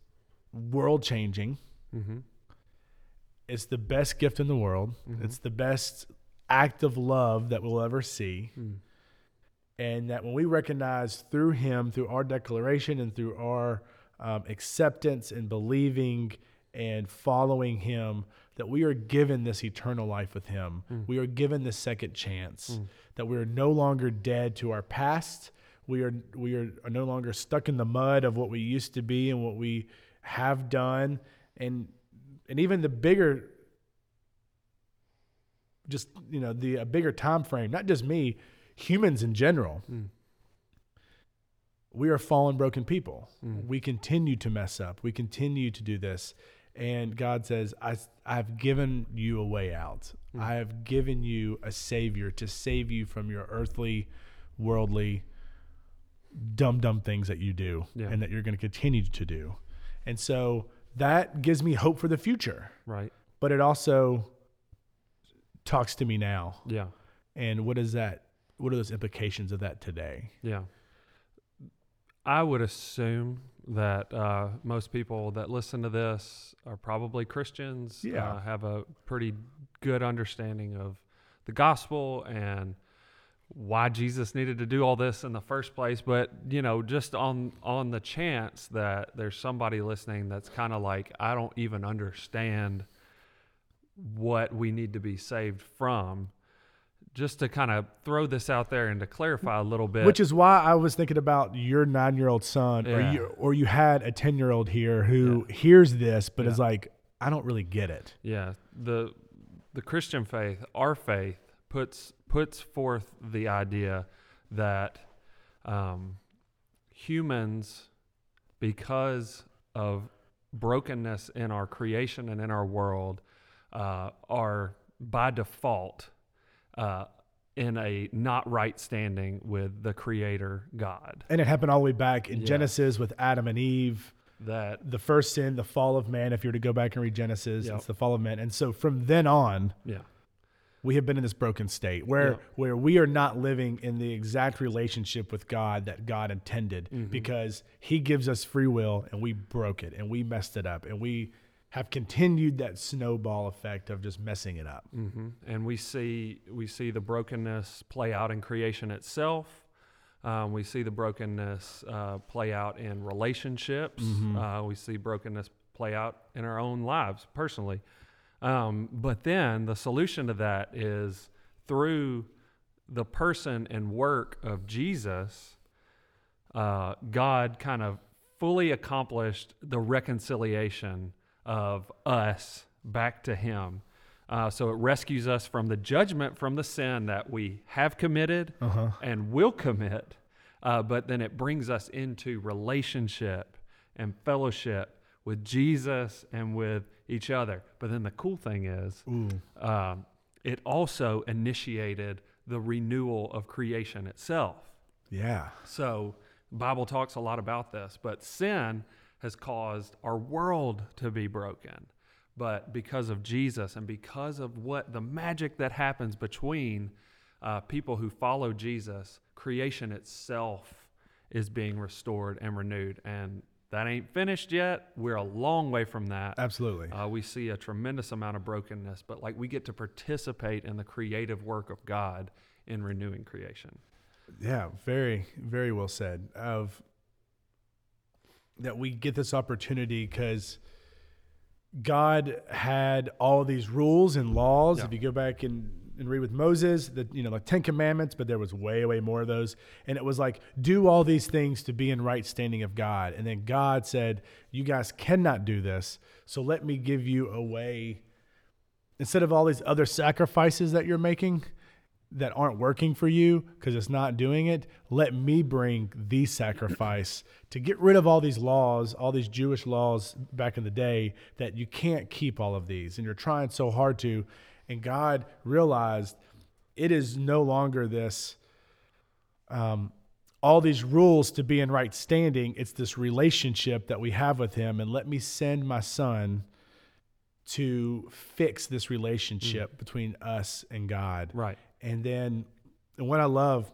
Speaker 1: world changing.
Speaker 2: Mm-hmm.
Speaker 1: It's the best gift in the world.
Speaker 2: Mm-hmm.
Speaker 1: It's the best act of love that we'll ever see.
Speaker 2: Mm.
Speaker 1: And that when we recognize through Him, through our declaration and through our um, acceptance and believing and following Him, that we are given this eternal life with Him. We are given this second chance, that we are no longer dead to our past. We are, we are, are no longer stuck in the mud of what we used to be and what we have done. And, and even the bigger just you know the a bigger time frame not just me humans in general
Speaker 2: Mm.
Speaker 1: we are fallen broken people
Speaker 2: Mm.
Speaker 1: we continue to mess up we continue to do this and god says i i've given you a way out
Speaker 2: Mm.
Speaker 1: i have given you a savior to save you from your earthly worldly dumb dumb things that you do
Speaker 2: Yeah.
Speaker 1: and that you're going to continue to do and so that gives me hope for the future
Speaker 2: Right.
Speaker 1: but it also talks to me now
Speaker 2: Yeah.
Speaker 1: and what is that what are those implications of that today
Speaker 2: Yeah. I would assume that uh, most people that listen to this are probably Christians.
Speaker 1: Yeah.
Speaker 2: Uh, have a pretty good understanding of the gospel and why Jesus needed to do all this in the first place. But you know, just on on the chance that there's somebody listening that's kind of like, I don't even understand what we need to be saved from. Just to kind of throw this out there and to clarify a little bit,
Speaker 1: which is why i was thinking about your nine-year-old son or,
Speaker 2: Yeah.
Speaker 1: you, or you had a 10-year-old here who hears this but is like i don't really get it
Speaker 2: Yeah, the the Christian faith, our faith, puts puts forth the idea that um, humans, because of brokenness in our creation and in our world, uh, are by default uh, in a not right standing with the Creator God.
Speaker 1: and it happened all the way back in
Speaker 2: Yeah.
Speaker 1: genesis with adam and eve
Speaker 2: That
Speaker 1: the first sin the fall of man if you were to go back and read genesis
Speaker 2: Yep.
Speaker 1: it's the fall of man and so from then on
Speaker 2: yeah,
Speaker 1: we have been in this broken state where
Speaker 2: Yeah.
Speaker 1: where we are not living in the exact relationship with God that God intended because he gives us free will and we broke it and we messed it up and we have continued that snowball effect of just messing it up.
Speaker 2: hmm And we see we see the brokenness play out in creation itself. Um, we see the brokenness uh, play out in relationships. Uh, we see brokenness play out in our own lives personally. Um, but then the solution to that is through the person and work of Jesus, uh, God kind of fully accomplished the reconciliation of us back to Him. Uh, so it rescues us from the judgment from the sin that we have committed and will commit, uh, but then it brings us into relationship and fellowship with Jesus and with each other. But then the cool thing is, um, it also initiated the renewal of creation itself.
Speaker 1: Yeah.
Speaker 2: So, Bible talks a lot about this, but sin has caused our world to be broken. But because of Jesus and because of what the magic that happens between uh, people who follow Jesus, creation itself is being restored and renewed. And that ain't finished yet. We're a long way from that.
Speaker 1: Absolutely.
Speaker 2: Uh, we see a tremendous amount of brokenness, but like we get to participate in the creative work of God in renewing creation.
Speaker 1: Yeah, very, very well said. Of that we get this opportunity because God had all these rules and laws.
Speaker 2: Yeah.
Speaker 1: If you go back and, and read with Moses, the you know, like Ten Commandments, but there was way, way more of those. And it was like, do all these things to be in right standing of God. And then God said, You guys cannot do this. So let me give you a way instead of all these other sacrifices that you're making that aren't working for you because it's not doing it, let me bring the sacrifice to get rid of all these laws, all these Jewish laws back in the day that you can't keep all of these and you're trying so hard to. And God realized it is no longer this um, all these rules to be in right standing. It's this relationship that we have with Him. And let me send my son to fix this relationship between us and God.
Speaker 2: Right.
Speaker 1: And then, and what I love,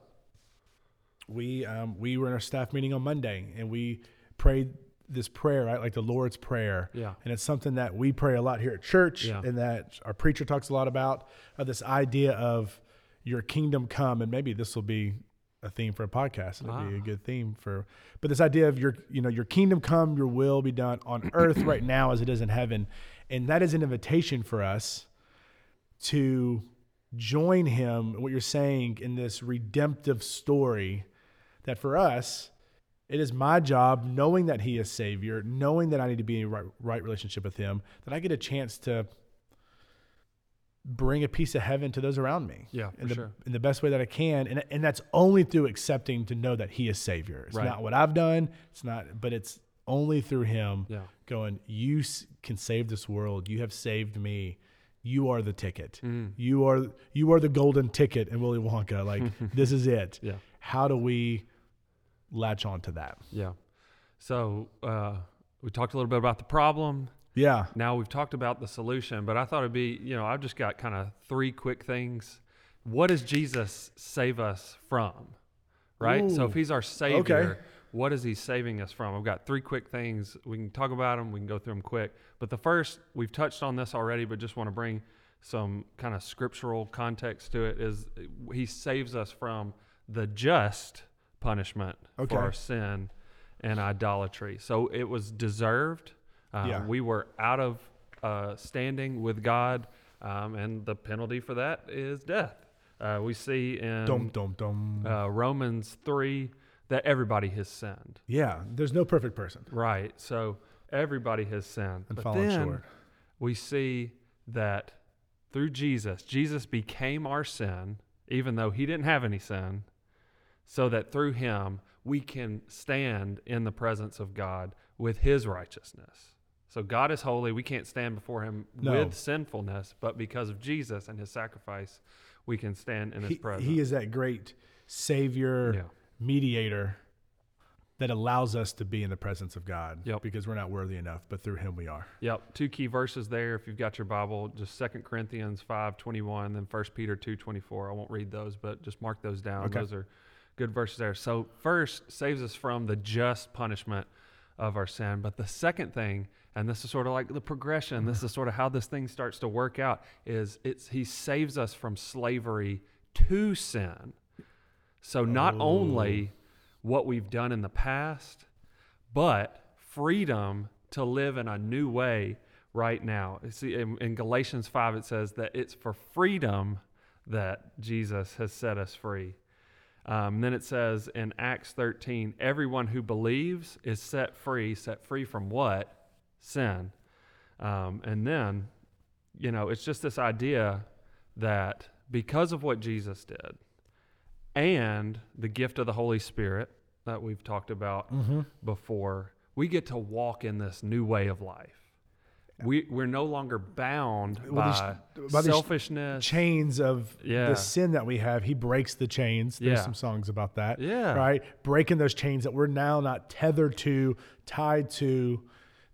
Speaker 1: we um, we were in our staff meeting on Monday, and we prayed this prayer, right, like the Lord's prayer.
Speaker 2: Yeah.
Speaker 1: And it's something that we pray a lot here at church,
Speaker 2: Yeah.
Speaker 1: and that our preacher talks a lot about uh, this idea of your kingdom come, and maybe this will be a theme for a podcast. It'll be a good theme for, but this idea of your, you know, your kingdom come, your will be done
Speaker 2: *clears throat*
Speaker 1: on earth right now as it is in heaven, and that is an invitation for us to join him, what you're saying, in this redemptive story that for us, it is my job, knowing that he is Savior, knowing that I need to be in a right, right relationship with him, that I get a chance to bring a piece of heaven to those around me.
Speaker 2: Yeah,
Speaker 1: in
Speaker 2: for
Speaker 1: the,
Speaker 2: sure.
Speaker 1: In the best way that I can. And, and that's only through accepting to know that he is Savior. It's
Speaker 2: Right.
Speaker 1: not what I've done, it's not, but it's only through him
Speaker 2: Yeah.
Speaker 1: going, You s- can save this world. You have saved me. You are the ticket.
Speaker 2: Mm.
Speaker 1: You are you are the golden ticket in Willy Wonka.
Speaker 2: *laughs*
Speaker 1: Like this is it.
Speaker 2: Yeah.
Speaker 1: How do we latch on to that?
Speaker 2: Yeah. So uh, we talked a little bit about the problem.
Speaker 1: Yeah.
Speaker 2: Now we've talked about the solution, but I thought it'd be, you know, I've just got kind of three quick things. What does Jesus save us from? Right? So if
Speaker 1: Ooh.
Speaker 2: he's our savior, what is he saving us from? I've got three quick things. We can talk about them, we can go through them quick. But the first, we've touched on this already, but just want to bring some kind of scriptural context to it is uh, he saves us from the just punishment
Speaker 1: Okay.
Speaker 2: for our sin and idolatry. So it was deserved. Um,
Speaker 1: Yeah.
Speaker 2: We were out of uh, standing with God, um, and the penalty for that is death. Uh, we see in
Speaker 1: Dum dum dum.
Speaker 2: Um, uh, Romans 3 that everybody has sinned.
Speaker 1: yeah. There's no perfect person.
Speaker 2: Right. So everybody has sinned.
Speaker 1: And
Speaker 2: but
Speaker 1: fallen
Speaker 2: then
Speaker 1: short.
Speaker 2: we see that through Jesus, Jesus became our sin, even though he didn't have any sin, so that through him we can stand in the presence of God with his righteousness. So God is holy. We can't stand before him
Speaker 1: No.
Speaker 2: with sinfulness, but because of Jesus and his sacrifice, we can stand in his
Speaker 1: He,
Speaker 2: presence.
Speaker 1: he is that great savior
Speaker 2: Yeah.
Speaker 1: mediator that allows us to be in the presence of God.
Speaker 2: Yep.
Speaker 1: Because we're not worthy enough, but through him we are.
Speaker 2: Yep, two key verses there. If you've got your Bible, just 2 Corinthians 5:21, then 1 Peter 2:24. I won't read those, but just mark those down.
Speaker 1: Okay.
Speaker 2: Those are good verses there. So, first saves us from the just punishment of our sin, but the second thing, and this is sort of like the progression, this is sort of how this thing starts to work out is it's he saves us from slavery to sin. So not only what we've done in the past, but freedom to live in a new way right now. You See, in, in Galatians 5, it says that it's for freedom that Jesus has set us free. Um, then it says in Acts 13, everyone who believes is set free. Set free from what? Sin. Um, and then, you know, it's just this idea that because of what Jesus did, and the gift of the Holy Spirit that we've talked about
Speaker 1: Mm-hmm.
Speaker 2: before, we get to walk in this new way of life. We, we're no longer bound
Speaker 1: Well, these-
Speaker 2: by,
Speaker 1: by these
Speaker 2: selfishness.
Speaker 1: Chains of
Speaker 2: Yeah.
Speaker 1: the sin that we have. He breaks the chains. There's
Speaker 2: Yeah.
Speaker 1: some songs about that.
Speaker 2: Yeah.
Speaker 1: Right? Breaking those chains that we're now not tethered to, tied to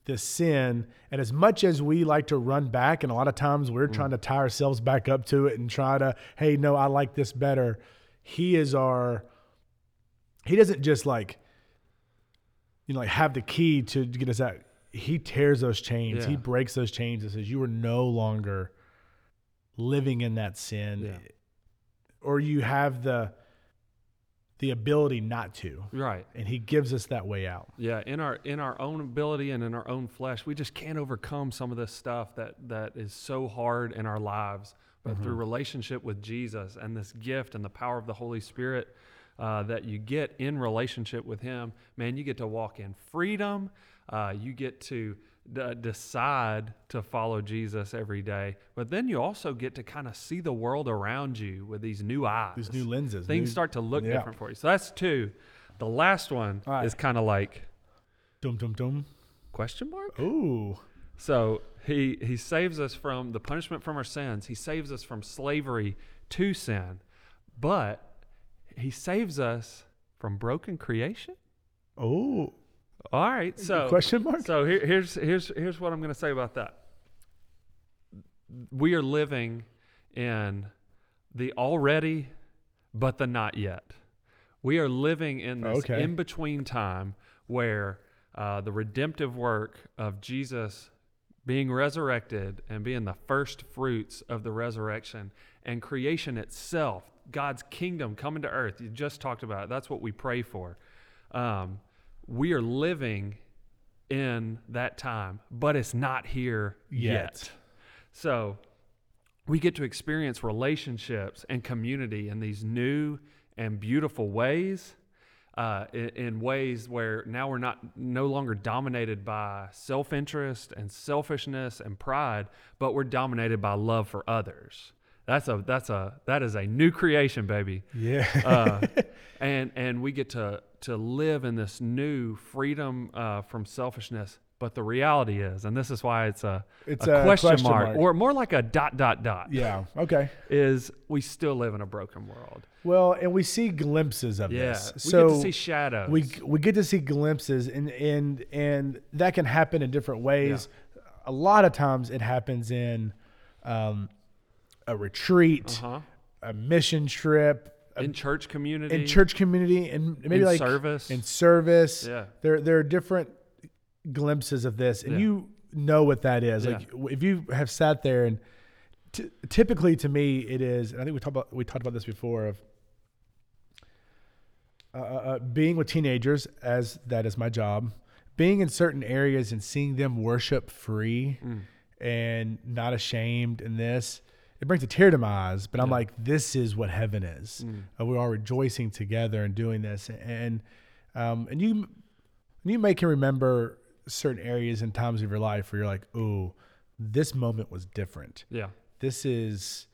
Speaker 1: the sin. And as much as we like to run back, and a lot of times we're
Speaker 2: Mm.
Speaker 1: trying to tie ourselves back up to it and try to, hey, no, I like this better. He is our, he doesn't just like, you know, like have the key to get us out. He tears those chains.
Speaker 2: Yeah.
Speaker 1: He breaks those chains and says, You are no longer living in that sin.
Speaker 2: Yeah.
Speaker 1: Or you have the the ability not to.
Speaker 2: right.
Speaker 1: And he gives us that way out.
Speaker 2: Yeah, in our in our own ability and in our own flesh, we just can't overcome some of this stuff that that is so hard in our lives. But
Speaker 1: Mm-hmm.
Speaker 2: through relationship with Jesus and this gift and the power of the Holy Spirit uh, that you get in relationship with Him, man, you get to walk in freedom. Uh, you get to d- decide to follow Jesus every day, but then you also get to kind of see the world around you with these new eyes,
Speaker 1: These new lenses,
Speaker 2: Things
Speaker 1: new-
Speaker 2: start to look
Speaker 1: yeah.
Speaker 2: different for you. So that's two. The last one
Speaker 1: All right.
Speaker 2: is kind of like
Speaker 1: Dum dum dum.
Speaker 2: question mark
Speaker 1: Ooh.
Speaker 2: so he he saves us from the punishment from our sins he saves us from slavery to sin but he saves us from broken creation
Speaker 1: Oh.
Speaker 2: all right so
Speaker 1: Question mark?
Speaker 2: so here, here's here's here's what i'm going to say about that we are living in the already but the not yet. We are living in this
Speaker 1: Okay.
Speaker 2: in between time where uh, the redemptive work of Jesus being resurrected and being the first fruits of the resurrection and creation itself, God's kingdom coming to earth. You just talked about it. That's what we pray for. Um, we are living in that time, but it's not here
Speaker 1: Yet.
Speaker 2: yet. So we get to experience relationships and community in these new and beautiful ways uh, in, in ways where now we're not no longer dominated by self-interest and selfishness and pride but we're dominated by love for others that's a that's a that is a new creation baby
Speaker 1: Yeah. *laughs*
Speaker 2: uh, *laughs* and and we get to to live in this new freedom uh, from selfishness. But the reality is, and this is why it's a,
Speaker 1: It's
Speaker 2: a,
Speaker 1: a
Speaker 2: question,
Speaker 1: question
Speaker 2: mark,
Speaker 1: mark.
Speaker 2: or more like a dot dot dot.
Speaker 1: yeah. Okay.
Speaker 2: is we still live in a broken world.
Speaker 1: Well, and we see glimpses of
Speaker 2: Yeah,
Speaker 1: this.
Speaker 2: we
Speaker 1: so
Speaker 2: get to see shadows.
Speaker 1: we we get to see glimpses, and and and that can happen in different ways. A lot of times, it happens in um, a retreat,
Speaker 2: uh-huh.
Speaker 1: a mission trip, a,
Speaker 2: in church community,
Speaker 1: Uh, in church community, and maybe
Speaker 2: In
Speaker 1: like
Speaker 2: service.
Speaker 1: In service,
Speaker 2: Yeah.
Speaker 1: There there are different glimpses of this, and
Speaker 2: Yeah.
Speaker 1: you know what that is.
Speaker 2: Yeah.
Speaker 1: Like if you have sat there and t- typically to me it is, and I think we talked about we talked about this before of uh, uh, uh, being with teenagers as that is my job, being in certain areas and seeing them worship free and not ashamed in this. It brings a tear to my eyes, but I'm like, this is what heaven is. Uh, we're all rejoicing together and doing this, and um, and you and you may can remember certain areas and times of your life where you're like, ooh, this moment was different
Speaker 2: yeah,
Speaker 1: this is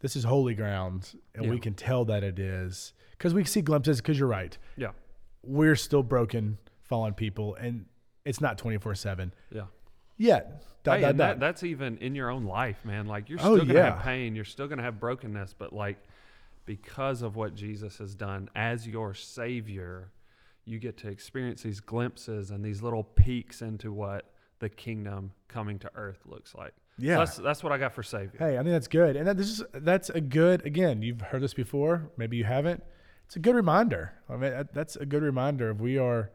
Speaker 1: this is holy ground and we
Speaker 2: Yeah.
Speaker 1: can tell that it is because we see glimpses because you're right
Speaker 2: yeah,
Speaker 1: we're still broken fallen people and it's not 24-7
Speaker 2: yeah.
Speaker 1: yet dot,
Speaker 2: Hey,
Speaker 1: dot,
Speaker 2: and that,
Speaker 1: dot.
Speaker 2: that's even in your own life, man. Like you're
Speaker 1: Oh,
Speaker 2: still gonna
Speaker 1: yeah.
Speaker 2: have pain, you're still gonna have brokenness, but like because of what Jesus has done as your Savior, you get to experience these glimpses and these little peeks into what the kingdom coming to earth looks like. So
Speaker 1: Yeah.
Speaker 2: that's that's what I got for Savior.
Speaker 1: hey i think that's good and that, this is that's a good again you've heard this before maybe you haven't it's a good reminder i mean that- that's a good reminder of we are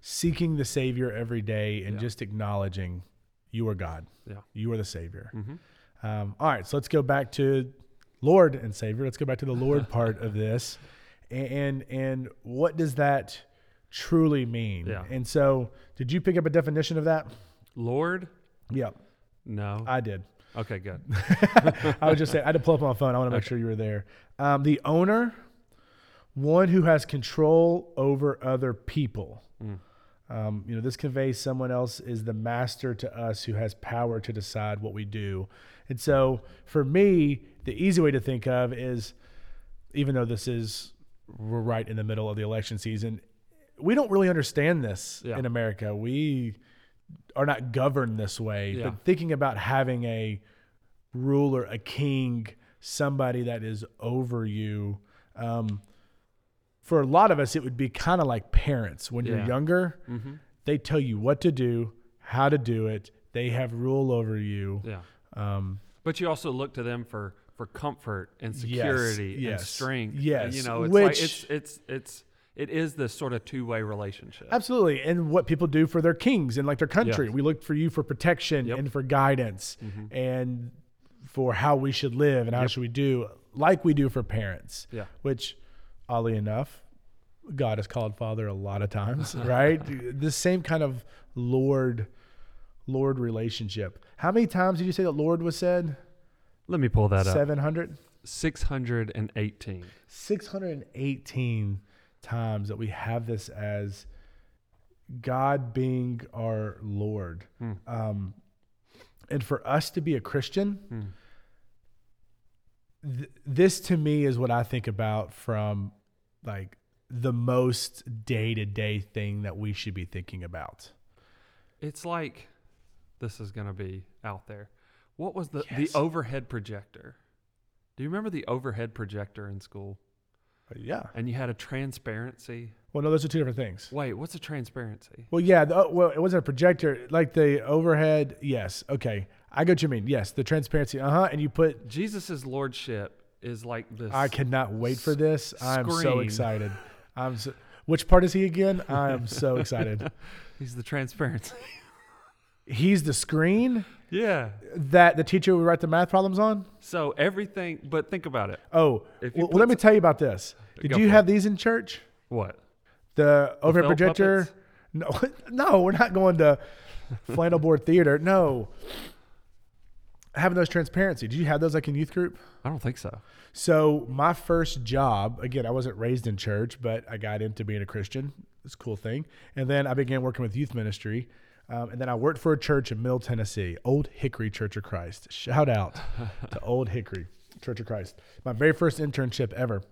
Speaker 1: seeking the savior every day and just acknowledging you are god
Speaker 2: Yeah.
Speaker 1: you are the savior Um, all right, so let's go back to Lord and Savior. Let's go back to the Lord part of this, and and what does that truly mean?
Speaker 2: Yeah.
Speaker 1: And so, did you pick up a definition of that?
Speaker 2: Lord?
Speaker 1: Yeah,
Speaker 2: No.
Speaker 1: I did.
Speaker 2: okay, good.
Speaker 1: *laughs* I would just say I had to pull up my phone. I want to make sure you were there. Um, the owner, one who has control over other people.
Speaker 2: Mm.
Speaker 1: Um, you know, this conveys someone else is the master to us who has power to decide what we do. And so, for me, the easy way to think of is, even though this is we're right in the middle of the election season, we don't really understand this
Speaker 2: Yeah.
Speaker 1: in America. We are not governed this way.
Speaker 2: Yeah.
Speaker 1: But thinking about having a ruler, a king, somebody that is over you. Um, for a lot of us, it would be kind of like parents when you're
Speaker 2: Yeah.
Speaker 1: younger. They tell you what to do, how to do it. They have rule over you.
Speaker 2: Yeah.
Speaker 1: Um,
Speaker 2: But you also look to them for for comfort and security and
Speaker 1: yes,
Speaker 2: strength. And,
Speaker 1: yes,
Speaker 2: you know, it's
Speaker 1: which-
Speaker 2: like it's it's it's it is this sort of two way relationship.
Speaker 1: absolutely. And what people do for their kings and like their country. We look for you for protection
Speaker 2: Yep. Mm-hmm.
Speaker 1: and for guidance and for how we should live and how should we do, like we do for parents.
Speaker 2: Yeah.
Speaker 1: which oddly enough god is called father a lot of
Speaker 2: *laughs*
Speaker 1: times right the same kind of lord lord relationship how many times did you say that lord was said
Speaker 2: Let me pull that up.
Speaker 1: 700
Speaker 2: 618.
Speaker 1: 618 times that we have this as god being our lord um, and for us to be a christian th- this to me is what I think about from like the most day to day thing that we should be thinking about.
Speaker 2: It's like this is going to be out there. What was the
Speaker 1: Yes.
Speaker 2: the overhead projector? Do you remember the overhead projector in school?
Speaker 1: Yeah.
Speaker 2: And you had a transparency.
Speaker 1: Well, no, those are two different things.
Speaker 2: Wait, what's a transparency?
Speaker 1: Well, yeah. The, oh, well, it wasn't a projector, like the overhead. Yes. Okay. I get what you mean. Yes, the transparency. Uh huh. And you put.
Speaker 2: Jesus' lordship is like this.
Speaker 1: I cannot wait for this. I'm so
Speaker 2: Scream.
Speaker 1: excited. I'm. So, which part is he again? I am
Speaker 2: *laughs*
Speaker 1: so excited.
Speaker 2: He's the transparency. *laughs*
Speaker 1: He's the screen
Speaker 2: yeah.
Speaker 1: that the teacher would write the math problems on.
Speaker 2: So everything, but think about it.
Speaker 1: Oh,
Speaker 2: If you
Speaker 1: well,
Speaker 2: put
Speaker 1: let me tell you about this. Did
Speaker 2: Go
Speaker 1: you
Speaker 2: for
Speaker 1: have these in church?
Speaker 2: What?
Speaker 1: The overhead
Speaker 2: felt
Speaker 1: projector? No, *laughs* no, we're not going to flannel board theater. No. Having those transparency. Did you have those like in youth group?
Speaker 2: I don't think so.
Speaker 1: So my first job, again, I wasn't raised in church, but I got into being a Christian. It's a cool thing. And then I began working with youth ministry. Um, and then I worked for a church in Middle Tennessee, Old Hickory Church of Christ. Shout
Speaker 2: *laughs*
Speaker 1: out to Old Hickory Church of Christ. My very first internship ever.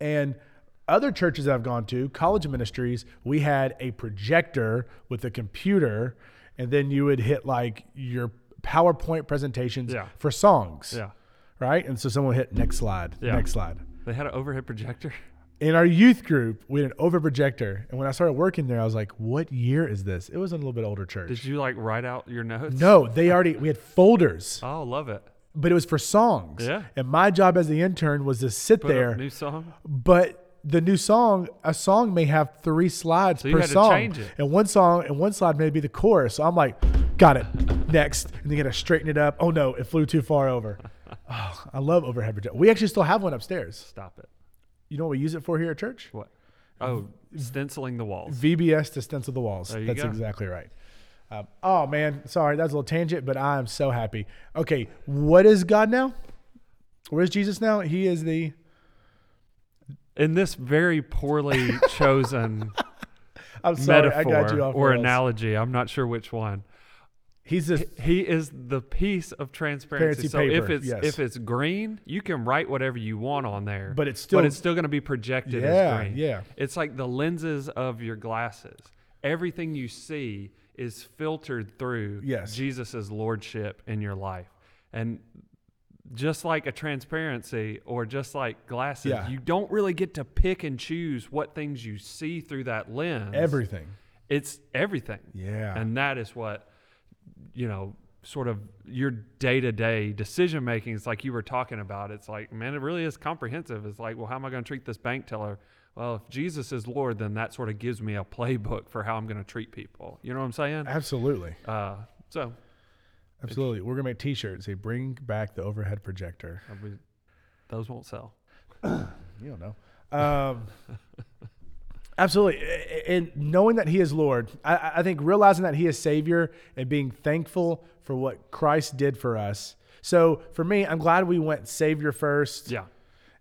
Speaker 1: And other churches I've gone to, college ministries, we had a projector with a computer, and then you would hit like your PowerPoint presentations
Speaker 2: Yeah.
Speaker 1: for songs
Speaker 2: Yeah.
Speaker 1: right? And so someone hit next slide,
Speaker 2: Yeah.
Speaker 1: next slide.
Speaker 2: They had an overhead projector. *laughs*
Speaker 1: In our youth group, we had an over projector. And when I started working there, I was like, what year is this? It was a little bit older church.
Speaker 2: Did you like write out your notes?
Speaker 1: no, they already, we had folders,
Speaker 2: Oh, love it.
Speaker 1: but it was for songs.
Speaker 2: Yeah.
Speaker 1: And my job as the intern was to sit *laughs*
Speaker 2: Put
Speaker 1: there,
Speaker 2: a new song.
Speaker 1: but the new song, a song may have three slides
Speaker 2: you
Speaker 1: per
Speaker 2: had to
Speaker 1: song.
Speaker 2: change it.
Speaker 1: And one song and one slide may be the chorus. So I'm like, got it. Next. And then you gotta straighten it up. Oh no, it flew too far over. *laughs* Oh, I love overhead projector. We actually still have one upstairs.
Speaker 2: Stop it.
Speaker 1: You know what we use it for here at church?
Speaker 2: What? Oh, stenciling the walls.
Speaker 1: VBS to stencil the walls.
Speaker 2: you
Speaker 1: That's
Speaker 2: go.
Speaker 1: exactly right. Um, oh man, sorry, that's a little tangent, but I am so happy. Okay, what is God now? Where is Jesus now? He is the.
Speaker 2: In this
Speaker 1: *laughs*
Speaker 2: very poorly chosen
Speaker 1: I'm sorry,
Speaker 2: metaphor
Speaker 1: I got you off.
Speaker 2: or
Speaker 1: rails.
Speaker 2: analogy, I'm not sure which one.
Speaker 1: He's this.
Speaker 2: He is the piece of
Speaker 1: Transparency
Speaker 2: transparency. so if
Speaker 1: paper,
Speaker 2: it's
Speaker 1: yes.
Speaker 2: if it's green, you can write whatever you want on there.
Speaker 1: But it's still-
Speaker 2: but it's still going to be projected
Speaker 1: Yeah,
Speaker 2: as green.
Speaker 1: yeah.
Speaker 2: It's like the lenses of your glasses. Everything you see is filtered through
Speaker 1: Yes.
Speaker 2: Jesus' lordship in your life. And just like a transparency or just like glasses,
Speaker 1: Yeah.
Speaker 2: you don't really get to pick and choose what things you see through that lens.
Speaker 1: Everything.
Speaker 2: It's everything.
Speaker 1: Yeah.
Speaker 2: And that is what, you know, sort of your day to day decision making. It's like you were talking about. It's like, man, it really is comprehensive. It's like, well, how am I going to treat this bank teller? Well, if Jesus is Lord, then that sort of gives me a playbook for how I'm going to treat people. You know what I'm saying?
Speaker 1: Absolutely.
Speaker 2: Uh, so
Speaker 1: Absolutely. We're going to make t shirts. Say, bring back the overhead projector.
Speaker 2: I mean, those won't sell.
Speaker 1: You don't know. Um, *laughs* absolutely. A- a- And knowing that He is Lord, I- I, I think realizing that He is Savior and being thankful for what Christ did for us. So for me, I'm glad we went Savior first
Speaker 2: Yeah.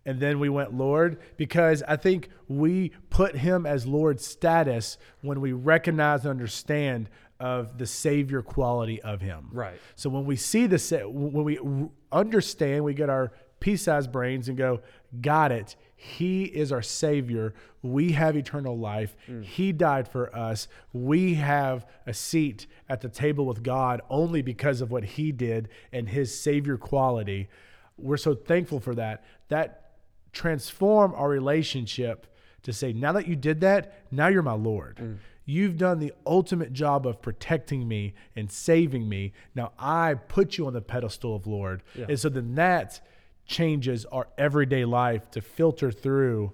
Speaker 1: and then we went Lord because I think we put Him as Lord status when we recognize and understand of the Savior quality of Him.
Speaker 2: Right.
Speaker 1: So when we see the sa- when we r- understand, we get our pea-sized brains and go, "Got it. He is our savior. We have eternal life. He died for us. We have a seat at the table with God only because of what he did and his savior quality. We're so thankful for that. That transform our relationship to say, now that you did that, now you're my Lord.
Speaker 2: Mm.
Speaker 1: You've done the ultimate job of protecting me and saving me. Now I put you on the pedestal of Lord. And so then that changes our everyday life to filter through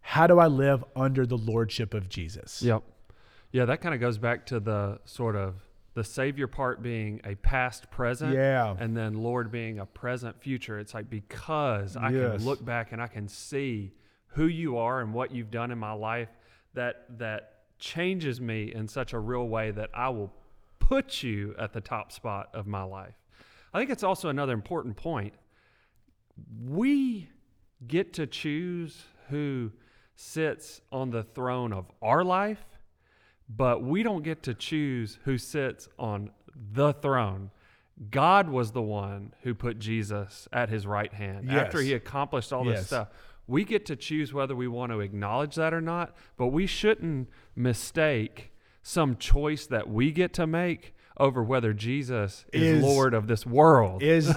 Speaker 1: how do I live under the lordship of Jesus?
Speaker 2: Yep. Yeah, that kind of goes back to the sort of the savior part being a past present
Speaker 1: Yeah.
Speaker 2: and then lord being a present future it's like because i
Speaker 1: Yes.
Speaker 2: can look back and i can see who you are and what you've done in my life that that changes me in such a real way that i will put you at the top spot of my life i think it's also another important point we get to choose who sits on the throne of our life, but we don't get to choose who sits on the throne. God was the one who put Jesus at his right hand after
Speaker 1: Yes.
Speaker 2: he accomplished all this
Speaker 1: Yes.
Speaker 2: stuff. We get to choose whether we want to acknowledge that or not, but we shouldn't mistake some choice that we get to make over whether Jesus is,
Speaker 1: Is-
Speaker 2: Lord of this world.
Speaker 1: Is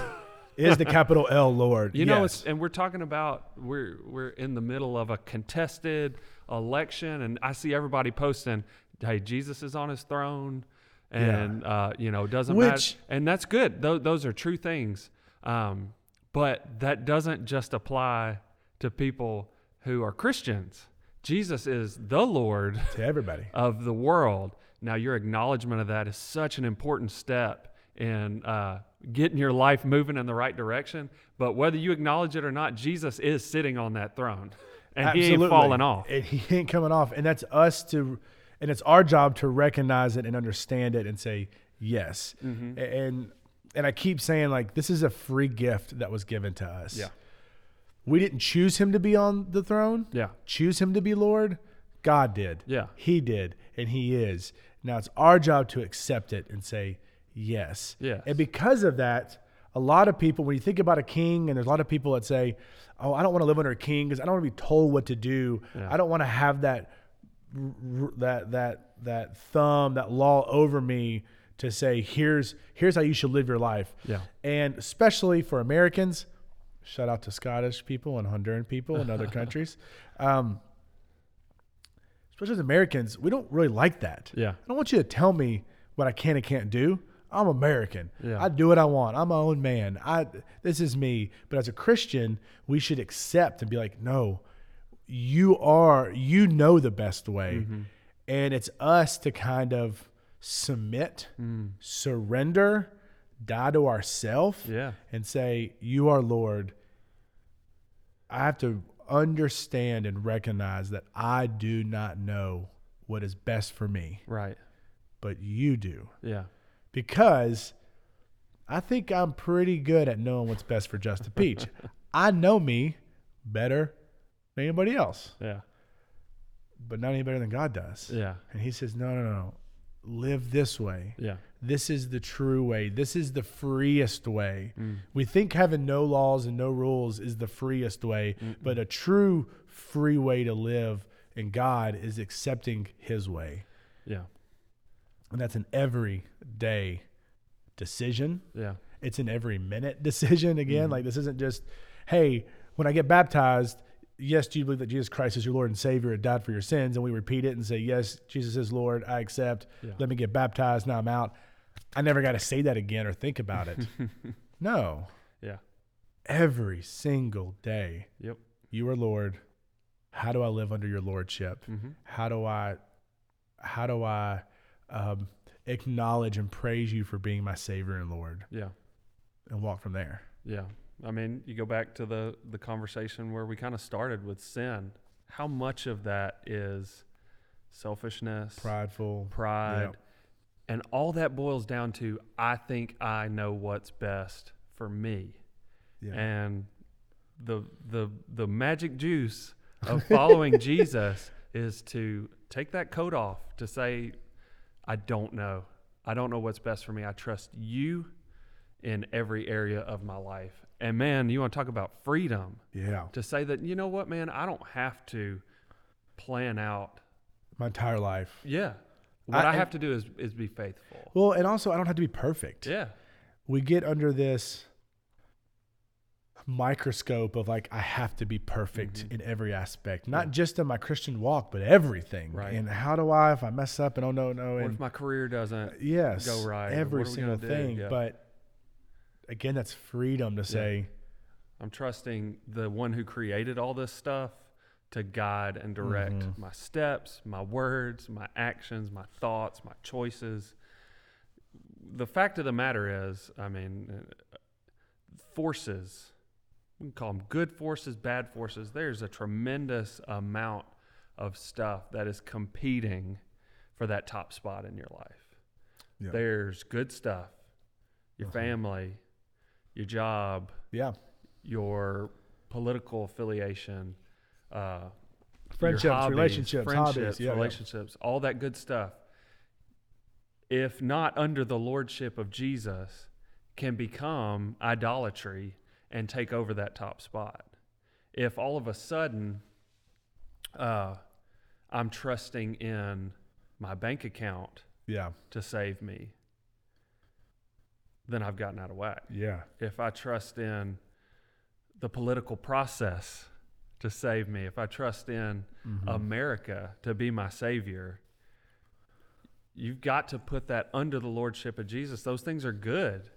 Speaker 1: is the capital L Lord?
Speaker 2: You know, it's,
Speaker 1: Yes.
Speaker 2: and we're talking about we're we're in the middle of a contested election, and I see everybody posting, "Hey, Jesus is on his throne. and uh, you know doesn't
Speaker 1: Which-
Speaker 2: matter and that's good Tho- those are true things um, but that doesn't just apply to people who are christians jesus is
Speaker 1: *laughs*
Speaker 2: the lord
Speaker 1: to everybody.
Speaker 2: of the world now your acknowledgement of that is such an important step in uh, getting your life moving in the right direction but whether you acknowledge it or not jesus is sitting on that throne and he ain't falling off
Speaker 1: And he *laughs* ain't coming off. And that's us to, and it's our job to recognize it and understand it and say yes.
Speaker 2: Mm-hmm.
Speaker 1: A- And and I keep saying like this is a free gift that was given to us.
Speaker 2: Yeah.
Speaker 1: We didn't choose him to be on the throne.
Speaker 2: yeah
Speaker 1: Choose him to be Lord. God did.
Speaker 2: Yeah.
Speaker 1: He did, and he is. Now it's our job to accept it and say yes.
Speaker 2: Yes.
Speaker 1: And because of that, a lot of people, when you think about a king, and there's a lot of people that say, "Oh, I don't want to live under a king because I don't want to be told what to do. I don't want to have that r- r- that that that thumb, that law over me to say here's here's how you should live your life."
Speaker 2: Yeah.
Speaker 1: And especially for Americans, shout out to Scottish people and Honduran people and
Speaker 2: *laughs*
Speaker 1: other countries. Um, especially as Americans, we don't really like that.
Speaker 2: Yeah.
Speaker 1: I don't want you to tell me what I can and can't do. I'm American.
Speaker 2: Yeah.
Speaker 1: I do what I want. I'm my own man. I this is me. But as a Christian, we should accept and be like, no, you are you know the best way.
Speaker 2: Mm-hmm.
Speaker 1: And it's us to kind of submit,
Speaker 2: Mm.
Speaker 1: surrender, die to ourselves
Speaker 2: yeah
Speaker 1: and say, You are Lord. I have to understand and recognize that I do not know what is best for me,
Speaker 2: right
Speaker 1: but you do.
Speaker 2: yeah
Speaker 1: Because I think I'm pretty good at knowing what's best for Justin Peach. I know me better than anybody else,
Speaker 2: yeah
Speaker 1: but not any better than God does.
Speaker 2: yeah
Speaker 1: And he says, No, no, no, no. Live this way.
Speaker 2: yeah
Speaker 1: this is the true way. This is the freest way. We think having no laws and no rules is the freest way, but a true free way to live in God is accepting His way.
Speaker 2: yeah
Speaker 1: And that's an everyday decision,
Speaker 2: yeah
Speaker 1: it's an every minute *laughs* decision. Again, like this isn't just, hey, when I get baptized, yes, do you believe that Jesus Christ is your Lord and Savior and died for your sins? And we repeat it and say, yes, Jesus is Lord. I accept.
Speaker 2: Yeah.
Speaker 1: Let me get baptized. Now I'm out. I never got to say that again or think about it. no.
Speaker 2: yeah
Speaker 1: Every single day,
Speaker 2: yep
Speaker 1: you are Lord. How do I live under your Lordship?
Speaker 2: mm-hmm.
Speaker 1: How do I, how do I um, acknowledge and praise you for being my Savior and Lord
Speaker 2: yeah
Speaker 1: and walk from there?
Speaker 2: Yeah. I mean, you go back to the the conversation where we kind of started with sin. How much of that is selfishness,
Speaker 1: Prideful.
Speaker 2: pride,
Speaker 1: Yep.
Speaker 2: and all that boils down to I think I know what's best for me.
Speaker 1: Yeah.
Speaker 2: And the the the magic juice of
Speaker 1: *laughs*
Speaker 2: following Jesus is to take that coat off to say I don't know. I don't know what's best for me. I trust you in every area of my life. And man, you want to talk about freedom
Speaker 1: Yeah.
Speaker 2: to say that, you know what, man, I don't have to plan out.
Speaker 1: My entire life.
Speaker 2: Yeah. What I,
Speaker 1: and-
Speaker 2: have to do is, is be faithful.
Speaker 1: Well, and also I don't have to be perfect.
Speaker 2: Yeah.
Speaker 1: We get under this microscope of like I have to be perfect
Speaker 2: Mm-hmm.
Speaker 1: in every aspect, not just in my Christian walk, but everything.
Speaker 2: Right.
Speaker 1: And how do I if I mess up and oh no no
Speaker 2: What
Speaker 1: and
Speaker 2: if my career doesn't?
Speaker 1: yes,
Speaker 2: go right, or
Speaker 1: every
Speaker 2: what are we gonna
Speaker 1: single
Speaker 2: do?
Speaker 1: thing.
Speaker 2: Yeah.
Speaker 1: But again, that's freedom to say
Speaker 2: I'm trusting the one who created all this stuff to guide and direct
Speaker 1: Mm-hmm.
Speaker 2: my steps, my words, my actions, my thoughts, my choices. The fact of the matter is, I mean, uh, forces, we can call them good forces, bad forces, there's a tremendous amount of stuff that is competing for that top spot in your life.
Speaker 1: Yeah. Uh-huh.
Speaker 2: There's good stuff, your family, your job,
Speaker 1: yeah,
Speaker 2: your political affiliation, uh, your
Speaker 1: Friendships,
Speaker 2: hobbies,
Speaker 1: relationships, hobbies,
Speaker 2: friendships,
Speaker 1: yeah, yeah.
Speaker 2: relationships, all that good stuff. If not under the lordship of Jesus, can become idolatry and take over that top spot. If all of a sudden, uh, I'm trusting in my bank account
Speaker 1: yeah,
Speaker 2: to save me, then I've gotten out of whack
Speaker 1: yeah,
Speaker 2: if I trust in the political process to save me, if I trust in America to be my savior, you've got to put that under the lordship of Jesus. Those things are good,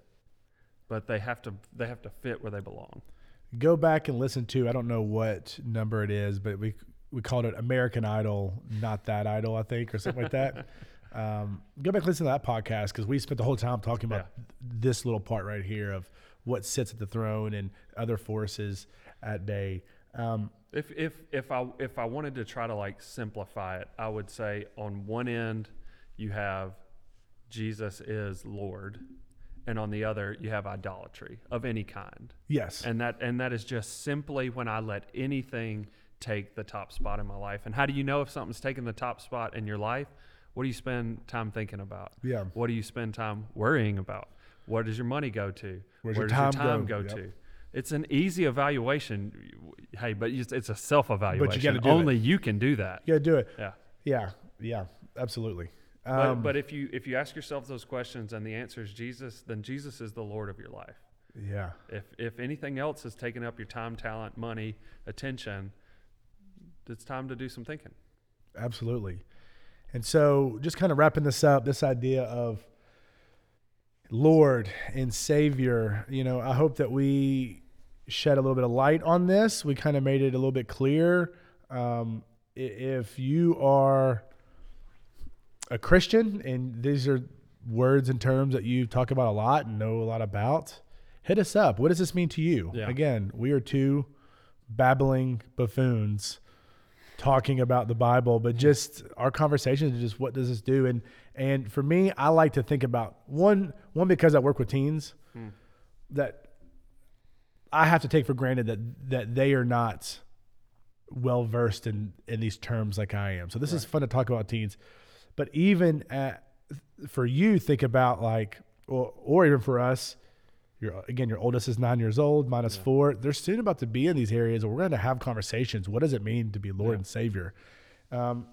Speaker 2: but they have to they have to fit where they belong.
Speaker 1: Go back and listen to I don't know what number it is, but we we called it American Idol, not that idol, I think, or something like
Speaker 2: *laughs*
Speaker 1: that. Um, go back and listen to that podcast because we spent the whole time talking about this little part right here of what sits at the throne and other forces at bay. Um,
Speaker 2: If if if I if I wanted to try to like simplify it, I would say on one end you have Jesus is Lord, and on the other you have idolatry of any kind.
Speaker 1: yes,
Speaker 2: And that and that is just simply when I let anything take the top spot in my life. And how do you know if something's taking the top spot in your life? What do you spend time thinking about?
Speaker 1: Yeah.
Speaker 2: What do you spend time worrying about? Where does your money go to?
Speaker 1: Where's your
Speaker 2: Where does
Speaker 1: time
Speaker 2: your time
Speaker 1: go?
Speaker 2: go,
Speaker 1: Yep.
Speaker 2: to? It's an easy evaluation. Hey, but it's it's a self evaluation.
Speaker 1: gotta do it.
Speaker 2: Only you can do that.
Speaker 1: you gotta do it.
Speaker 2: Yeah.
Speaker 1: Yeah, yeah, absolutely.
Speaker 2: But,
Speaker 1: Um,
Speaker 2: but if you if you ask yourself those questions and the answer is Jesus, then Jesus is the Lord of your life.
Speaker 1: yeah,
Speaker 2: If if anything else is taking up your time, talent, money, attention, it's time to do some thinking.
Speaker 1: absolutely. And so, just kind of wrapping this up, this idea of Lord and Savior, you know, I hope that we shed a little bit of light on this. We kind of made it a little bit clear. Um, i- if you are a Christian and these are words and terms that you talk about a lot and know a lot about, hit us up. What does this mean to you?
Speaker 2: Yeah.
Speaker 1: Again, we are two babbling buffoons talking about the Bible, but just our conversations is just what does this do? And and for me, I like to think about one one because I work with teens that I have to take for granted that that they are not well versed in in these terms like I am. So this is fun to talk about teens, but even at, for you, think about like or or even for us. Your, again, your oldest is nine years old, mine is four. They're soon about to be in these areas where we're going to have conversations. What does it mean to be Lord and Savior? Um,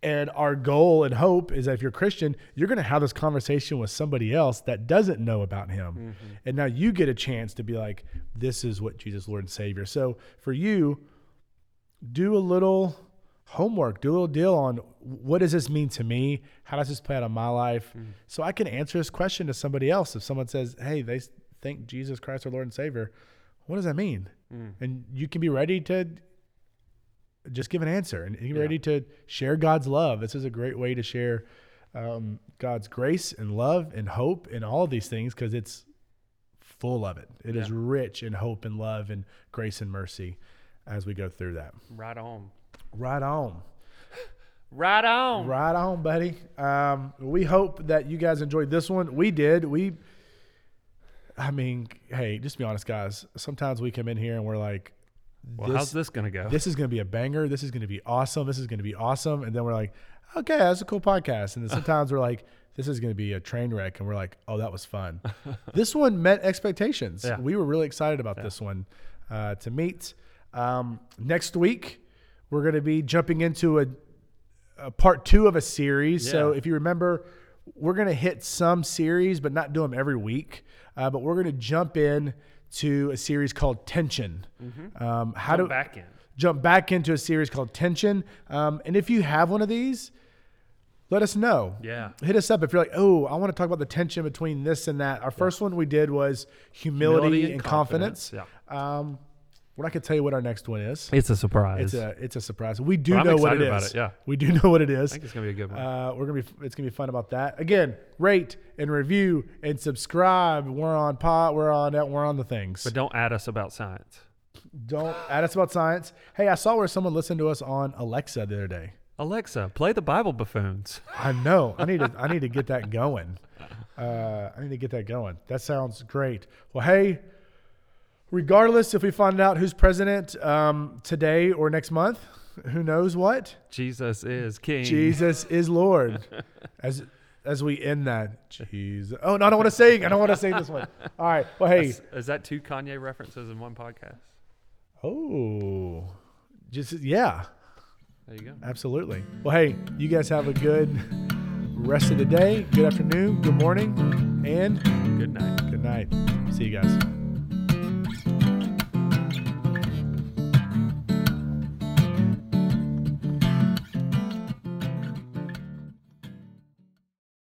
Speaker 1: And our goal and hope is that if you're Christian, you're going to have this conversation with somebody else that doesn't know about him. And now you get a chance to be like, this is what Jesus, Lord and Savior. So for you, do a little homework, do a little deal on what does this mean to me? How does this play out in my life? So I can answer this question to somebody else. If someone says, hey, they s- think Jesus Christ our Lord and Savior, what does that mean? And you can be ready to just give an answer and be ready to share God's love. This is a great way to share um, God's grace and love and hope and all of these things because it's full of it. It is
Speaker 2: Yeah.
Speaker 1: rich in hope and love and grace and mercy as we go through that.
Speaker 2: Right on.
Speaker 1: Right on.
Speaker 2: Right on.
Speaker 1: Right on, buddy. Um, we hope that you guys enjoyed this one. We did. We, I mean, hey, just be honest, guys. Sometimes we come in here and we're like,
Speaker 2: Well, how's this gonna go?
Speaker 1: this is going to be a banger. This is going to be awesome. This is going to be awesome. And then we're like, okay, that's a cool podcast.
Speaker 2: *laughs*
Speaker 1: And then sometimes we're like, this is going to be a train wreck. And we're like, oh, that was fun. this one met expectations.
Speaker 2: Yeah.
Speaker 1: We were really excited about this one uh, to meet. Um, next week, we're going to be jumping into a, a part two of a series. So
Speaker 2: Yeah.
Speaker 1: if you remember, we're going to hit some series, but not do them every week. Uh, but we're going to jump in to a series called Tension.
Speaker 2: Mm-hmm.
Speaker 1: Um, how do
Speaker 2: back in.
Speaker 1: jump back into a series called Tension. Um, and if you have one of these, let us know.
Speaker 2: Yeah.
Speaker 1: Hit us up if you're like, oh, I want to talk about the tension between this and that. Our first one we did was humility, and, confidence. Um, we're not gonna tell you what our next one is.
Speaker 2: Yeah. It's a surprise.
Speaker 1: It's a it's a surprise. We do
Speaker 2: But I'm
Speaker 1: know what it
Speaker 2: excited
Speaker 1: is.
Speaker 2: about it, yeah.
Speaker 1: We do know what it
Speaker 2: I
Speaker 1: is.
Speaker 2: think it's gonna be a good one.
Speaker 1: Uh, we're gonna be it's gonna be fun about that. Again, rate and review and subscribe. We're on pot. We're on we're on the things.
Speaker 2: but don't add us about science.
Speaker 1: Don't add us about science. Hey, I saw where someone listened to us on Alexa the other day.
Speaker 2: Alexa, play the Bible buffoons.
Speaker 1: I know. I need to. I need to get that going. Uh, I need to get that going. That sounds great. Well, hey. Regardless if we find out who's president um, today or next month, who knows what?
Speaker 2: Jesus is King.
Speaker 1: Jesus is Lord. As as we end that, Jesus. Oh no, I don't want to sing. I don't want to sing this one. All right. Well, hey.
Speaker 2: Is, is that two Kanye references in one podcast?
Speaker 1: Oh, just yeah.
Speaker 2: There you go.
Speaker 1: Absolutely. Well, hey, you guys have a good rest of the day, good afternoon, good morning, and
Speaker 2: Good night.
Speaker 1: good night. See you guys.